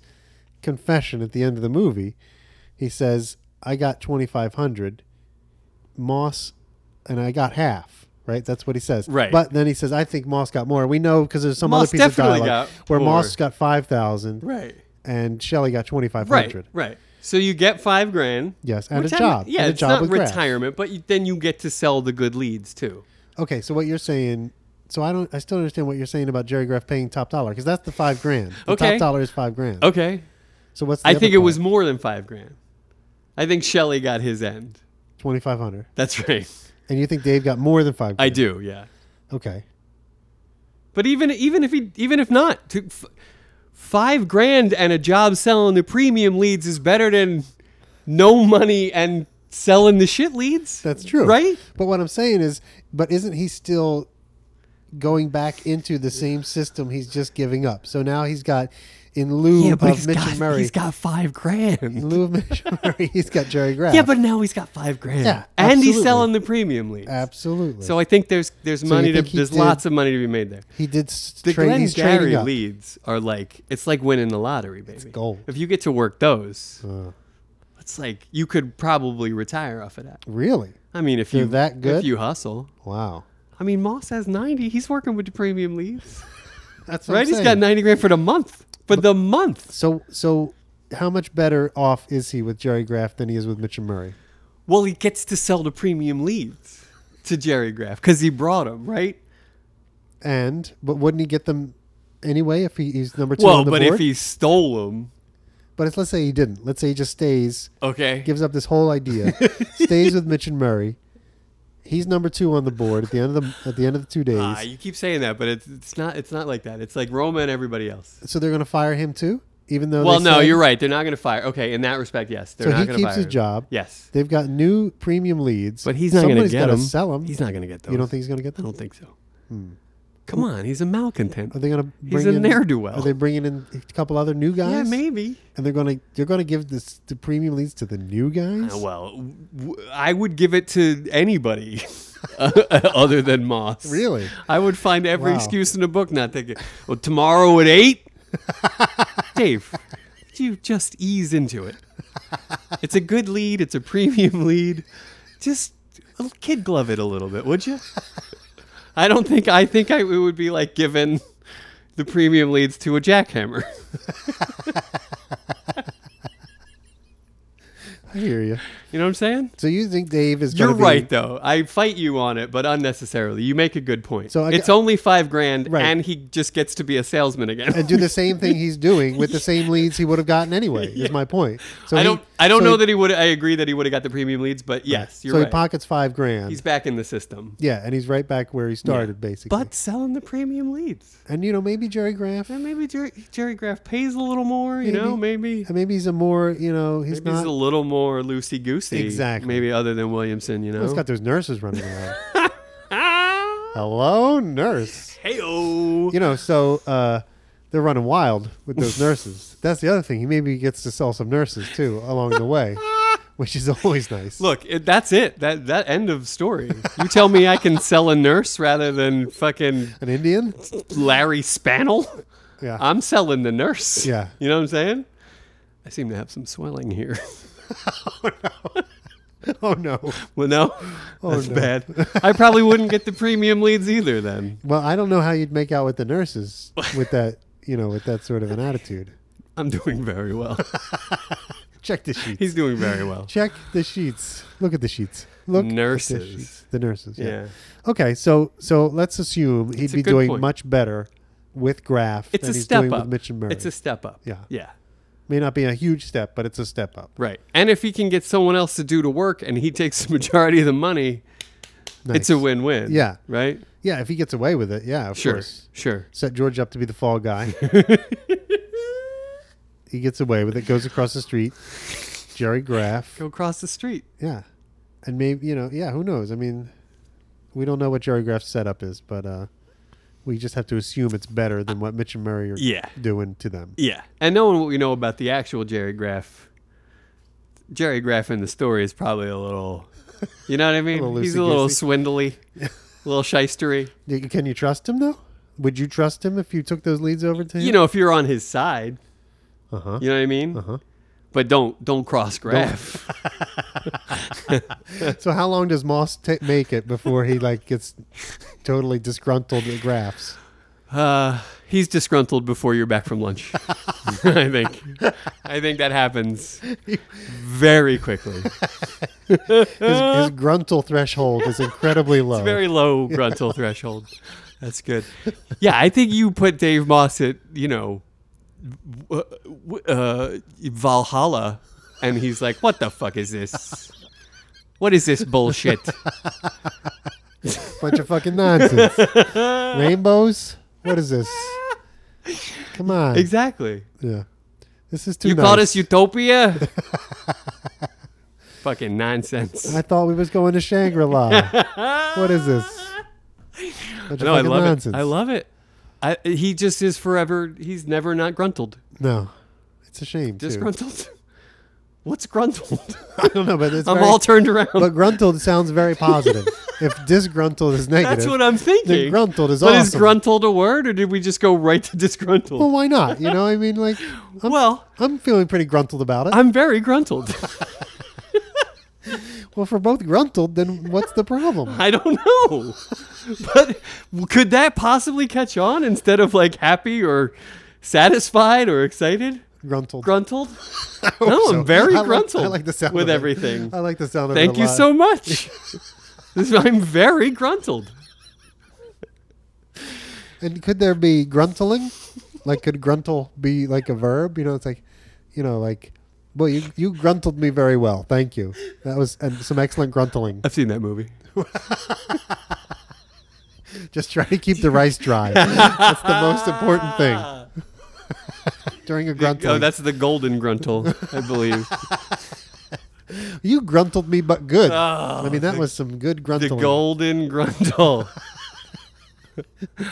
confession at the end of the movie? He says, "I got twenty five hundred, Moss, and I got half." right? That's what he says.
Right.
But then he says, I think Moss got more. We know because there's some
Moss
other piece of
definitely
dialogue
got
where Moss
more.
got 5,000
Right.
and Shelley got 2,500.
Right. Right. So you get five grand.
Yes, and
Which
a
I'm-
job.
Yeah,
and a
it's
job
not
with grass.
retirement, but you, then you get to sell the good leads too.
Okay, so what you're saying, so I don't, I still understand what you're saying about Jerry Graff paying top dollar because that's the five grand. The
Okay.
Top dollar is five grand.
Okay.
So what's the
I
other
think it
part?
was more than five grand. I think Shelley got his end.
2,500.
That's right.
And you think Dave got more than five grand?
I do. Yeah.
Okay.
But even even if he even if not, to f- five grand and a job selling the premium leads is better than no money and selling the shit leads.
That's true.
Right?
But what I'm saying is, but isn't he still going back into the same system he's just giving up? So now he's got, in lieu
Yeah, but
of
he's
Mitchell
got,
Murray,
he's got five grand.
in lieu of Mitchell Murray, he's got Jerry Graff.
Yeah, but now he's got five grand.
Yeah,
and he's
absolutely.
selling the premium leads.
Absolutely.
So I think there's there's money to
think he
there's
did-
lots of money to be made there.
he did s-
The
trade.
Glenn
He's trading
Gary
up.
leads are like it's like winning the lottery, baby.
gold.
If you get to work those,
Uh,
it's like you could probably retire off of that.
really?
I mean, if
They're
you
that
if
good?
you hustle.
Wow.
I mean, Moss has ninety. He's working with the premium leads,
That's what <laughs>
right?
I'm
He's
saying.
got ninety grand for the month. For the month.
So so how much better off is he with Jerry Graff than he is with Mitchell Murray?
Well, he gets to sell the premium leads to Jerry Graff because he brought them, right?
And but wouldn't he get them anyway if he, he's number two
Well,
on the
but
board?
if he stole them,
but it's, let's say he didn't. Let's say he just stays,
okay.
gives up this whole
<laughs>
idea, stays with Mitch and Murray. He's number two on the board at the end of the at the end of the two days.
Ah, you keep saying that, but it's, it's not. It's not like that. It's like Roma and everybody else.
so they're going to fire him too, even though.
Well,
they
no,
said-
you're right. They're not going to fire. Okay, in that respect, yes, they're
So
not
he
going to
keeps
fire
his
him.
job.
Yes,
They've got new premium leads,
but he's not going to
Somebody's
get
gotta
them.
Sell them.
He's not going to get those.
You don't think Hmm. he's going to get
I
them?
don't think so. Come on, he's a malcontent.
Are they going to bring
He's a
in
ne'er-do-well.
Are they bringing in a couple other new guys?
Yeah, maybe.
and they're gonna they're gonna give this the premium leads to the new guys.
Uh, Well, w- w- I would give it to
<laughs>
anybody <laughs> other than Moss.
Really?
I would find every
Wow.
excuse in the book not to get. Well, tomorrow at
<laughs>
eight, Dave, would you just ease into it. It's a good lead. It's a premium <laughs> lead. Just l- kid glove it a little bit, would
<laughs>
you? I don't think. I think I it would be like giving the premium leads to a jackhammer. <laughs>
I hear you.
You know what I'm saying?
So you think Dave is?
You're
gonna be-
right, though. I fight you on it, but unnecessarily. You make a good point.
So
So
I-
it's only five grand,
Right.
and he just gets to be a salesman again.
and do the same thing he's doing with the same leads he would have gotten anyway. Is my point. So
<laughs> I
he-
don't. I don't
so
know
he-
that he would. I agree that he would have got the premium leads, but yes, you're
so
right.
he pockets five grand.
He's back in the system,
yeah, and he's right back where he started, basically.
but selling the premium leads.
and you know maybe Jerry Graff,
And maybe Jerry, Jerry Graff pays a little more. You know, maybe.
and maybe he's a more you know he's
Maybe
not.
he's a little more loosey goosey.
Exactly.
Maybe other than Williamson, you know.
he's got those nurses running
<laughs>
around.
ah,
Hello, nurse.
hey-o.
You know, so uh, they're running wild with
<laughs>
those nurses. That's the other thing. He maybe gets to sell some nurses too along the
<laughs>
way, which is always nice.
Look, it, that's it. That that end of story. You tell me I can sell a nurse rather than fucking
An
<laughs>
Indian?
Larry Spannel.
Yeah. <laughs>
<laughs> I'm selling the nurse.
Yeah.
You know what I'm saying? I seem to have some swelling here. <laughs>
oh no.
well, no, that's
Oh, no.
bad.
<laughs>
I probably wouldn't get the premium leads either then.
Well, I don't know how you'd make out with the
<laughs>
nurses with that, you know, with that sort of an attitude.
I'm doing very well. <laughs>
Check the sheets.
He's doing very well.
Check the sheets. Look at the sheets. Look at the
Nurses.
sheets. The nurses. Yeah.
Yeah.
Okay, so so let's assume he'd
a
be
good
doing
point.
much better with Graf
It's
than
a
he's
step
doing
up.
with Mitch and Murray.
It's a step up.
Yeah.
Yeah.
May not be a huge step, but it's a step up.
Right. And if he can get someone else to do the work and he takes the <laughs> majority of the money, it's a
Nice.
win-win.
Yeah.
Right?
Yeah, if he gets away with it, yeah, of
Sure.
course.
Sure.
Set George up to be the fall
<laughs>
guy. he gets away with it, goes across the street. Jerry Graff.
Go across the street.
Yeah. And maybe, you know, yeah, who knows? I mean, we don't know what Jerry Graff's setup is, but uh, we just have to assume it's better than what Mitch and Murray are
Yeah.
doing to them.
Yeah. And knowing what we know about the actual Jerry Graff, Jerry Graff in the story is probably a little, you know
<laughs>
what I mean?
little
He's a little
loosey-goosey. <laughs>
swindly, a little shystery.
Y- Can you trust him, though? Would you trust him if you took those leads over to him?
You know, if you're on his side,
uh huh.
you know what I mean?
Uh-huh.
But don't don't cross Graff.
So how long does Moss ta make it before he like gets totally disgruntled at graphs?
Uh, he's disgruntled before you're back from lunch. <laughs> I think. I think
<laughs>
that happens very quickly.
His, his gruntle threshold is incredibly low.
Uh. <laughs> Very
<laughs>
low gruntle threshold. That's good. Yeah, I think you put Dave Moss at you know w- w- uh, Valhalla, and he's like, "What the fuck is this? What is this
<laughs>
bullshit?"
Bunch of fucking
<laughs>
nonsense. Rainbows? What is this? Come on.
exactly.
Yeah. This is too
You
nice.
call
<laughs>
this utopia? Fucking nonsense.
I thought we was going to Shangri-La. what is this? Bunch of
No, I
fucking
love
nonsense.
it. I love it. I, he just is forever. He's never not gruntled.
No. It's a shame. too.
Disgruntled. <laughs> What's gruntled?
I don't know,
<laughs>
but it's
I'm
very-
all turned around.
But gruntled sounds very
<laughs>
positive. if disgruntled is negative,
That's what I'm thinking.
then gruntled is
but is
awesome.
gruntled a word, or did we just go right to disgruntled?
well, why not? You know, I mean, like, I'm,
well,
I'm feeling pretty gruntled about it.
I'm
<laughs>
very gruntled.
well, for both gruntled, then what's the problem?
I don't know. But could that possibly catch on instead of like happy or satisfied or excited?
Gruntled. <laughs>
Gruntled? No,
So,
I'm very
I like-
gruntled
I like the sound of
with
it.
everything.
I like the sound of it.
Thank
a
you
lot.
so much. <laughs> This- I'm very gruntled.
And could there be gruntling? Like, could gruntle be like a verb? You know, it's like, you know, like, well, you you gruntled me very well. Thank you. That was and some excellent gruntling.
I've seen that movie.
Just try to keep the rice
<laughs>
dry. that's the most important thing during a gruntling.
Oh, that's Ah. the golden gruntle, I
<laughs>
believe.
you gruntled me, but good.
Oh,
I mean, that was some good
the
gruntling.
golden gruntle.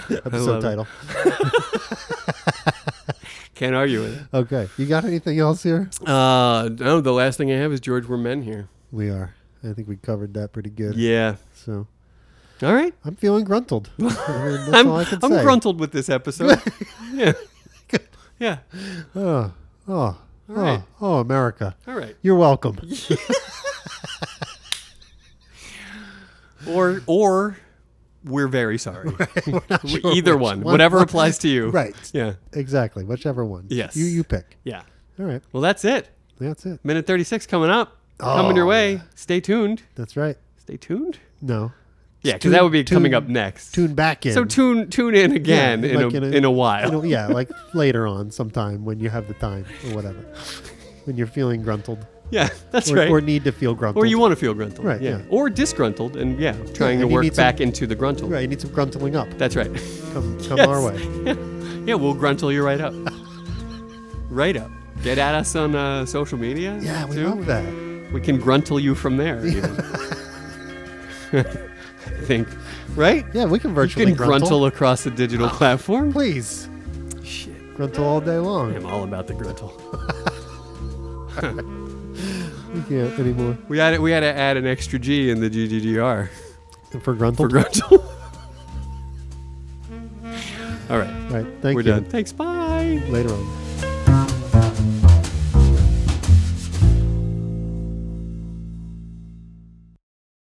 episode
love it.
title.
Can't argue with it.
Okay, you got anything else here?
Uh, no, the last thing I have is George, we're men here.
We are. I think we covered that pretty good.
Yeah.
So
All right.
I'm feeling
<laughs>
gruntled. I mean, that's
I'm,
all I can
I'm
say.
gruntled with
<laughs>
this episode. yeah. Yeah.
Oh, oh, oh,
right.
oh, America.
All right.
You're welcome.
Or or we're
<laughs>
very sorry. <laughs> Either one, whatever applies to you.
Right.
Yeah.
Exactly. Whichever one.
Yes.
You you pick.
Yeah.
All right.
Well, that's it.
That's it.
Minute 36 coming up. coming your
Oh,
way. Stay tuned.
That's right.
Stay tuned.
No.
Yeah, because
tune-
that would be coming
tune-
up next.
Tune back in.
So tune tune in
Yeah,
again in,
like
a, in, a, while.
you know, yeah, like later on sometime when you have the time or whatever. when you're feeling gruntled.
<laughs> yeah, that's
Or,
right.
or
Or,
need to feel gruntled.
you want to feel gruntled.
Right, yeah.
Or disgruntled and yeah, trying
and
to
you
work
need some-
back into the gruntle.
Right, you need some gruntling up.
That's right. <laughs>
Come come
Yes.
our way.
yeah, we'll gruntle you right up. right up. Get at us on uh, social media.
Yeah, we
too.
love that.
We can gruntle you from there. <laughs> even. I think, right?
Yeah, we can
You
virtually
can gruntle Oh. across the digital platform.
Please.
Shit,
Gruntle all day long.
<laughs> I'm all about the gruntle.
We can't anymore.
We had we had to add an extra G in the GGGR
For gruntle.
for gruntle. <laughs> all right,
All right. Thank
we're
you.
done. Thanks. Bye.
Later on.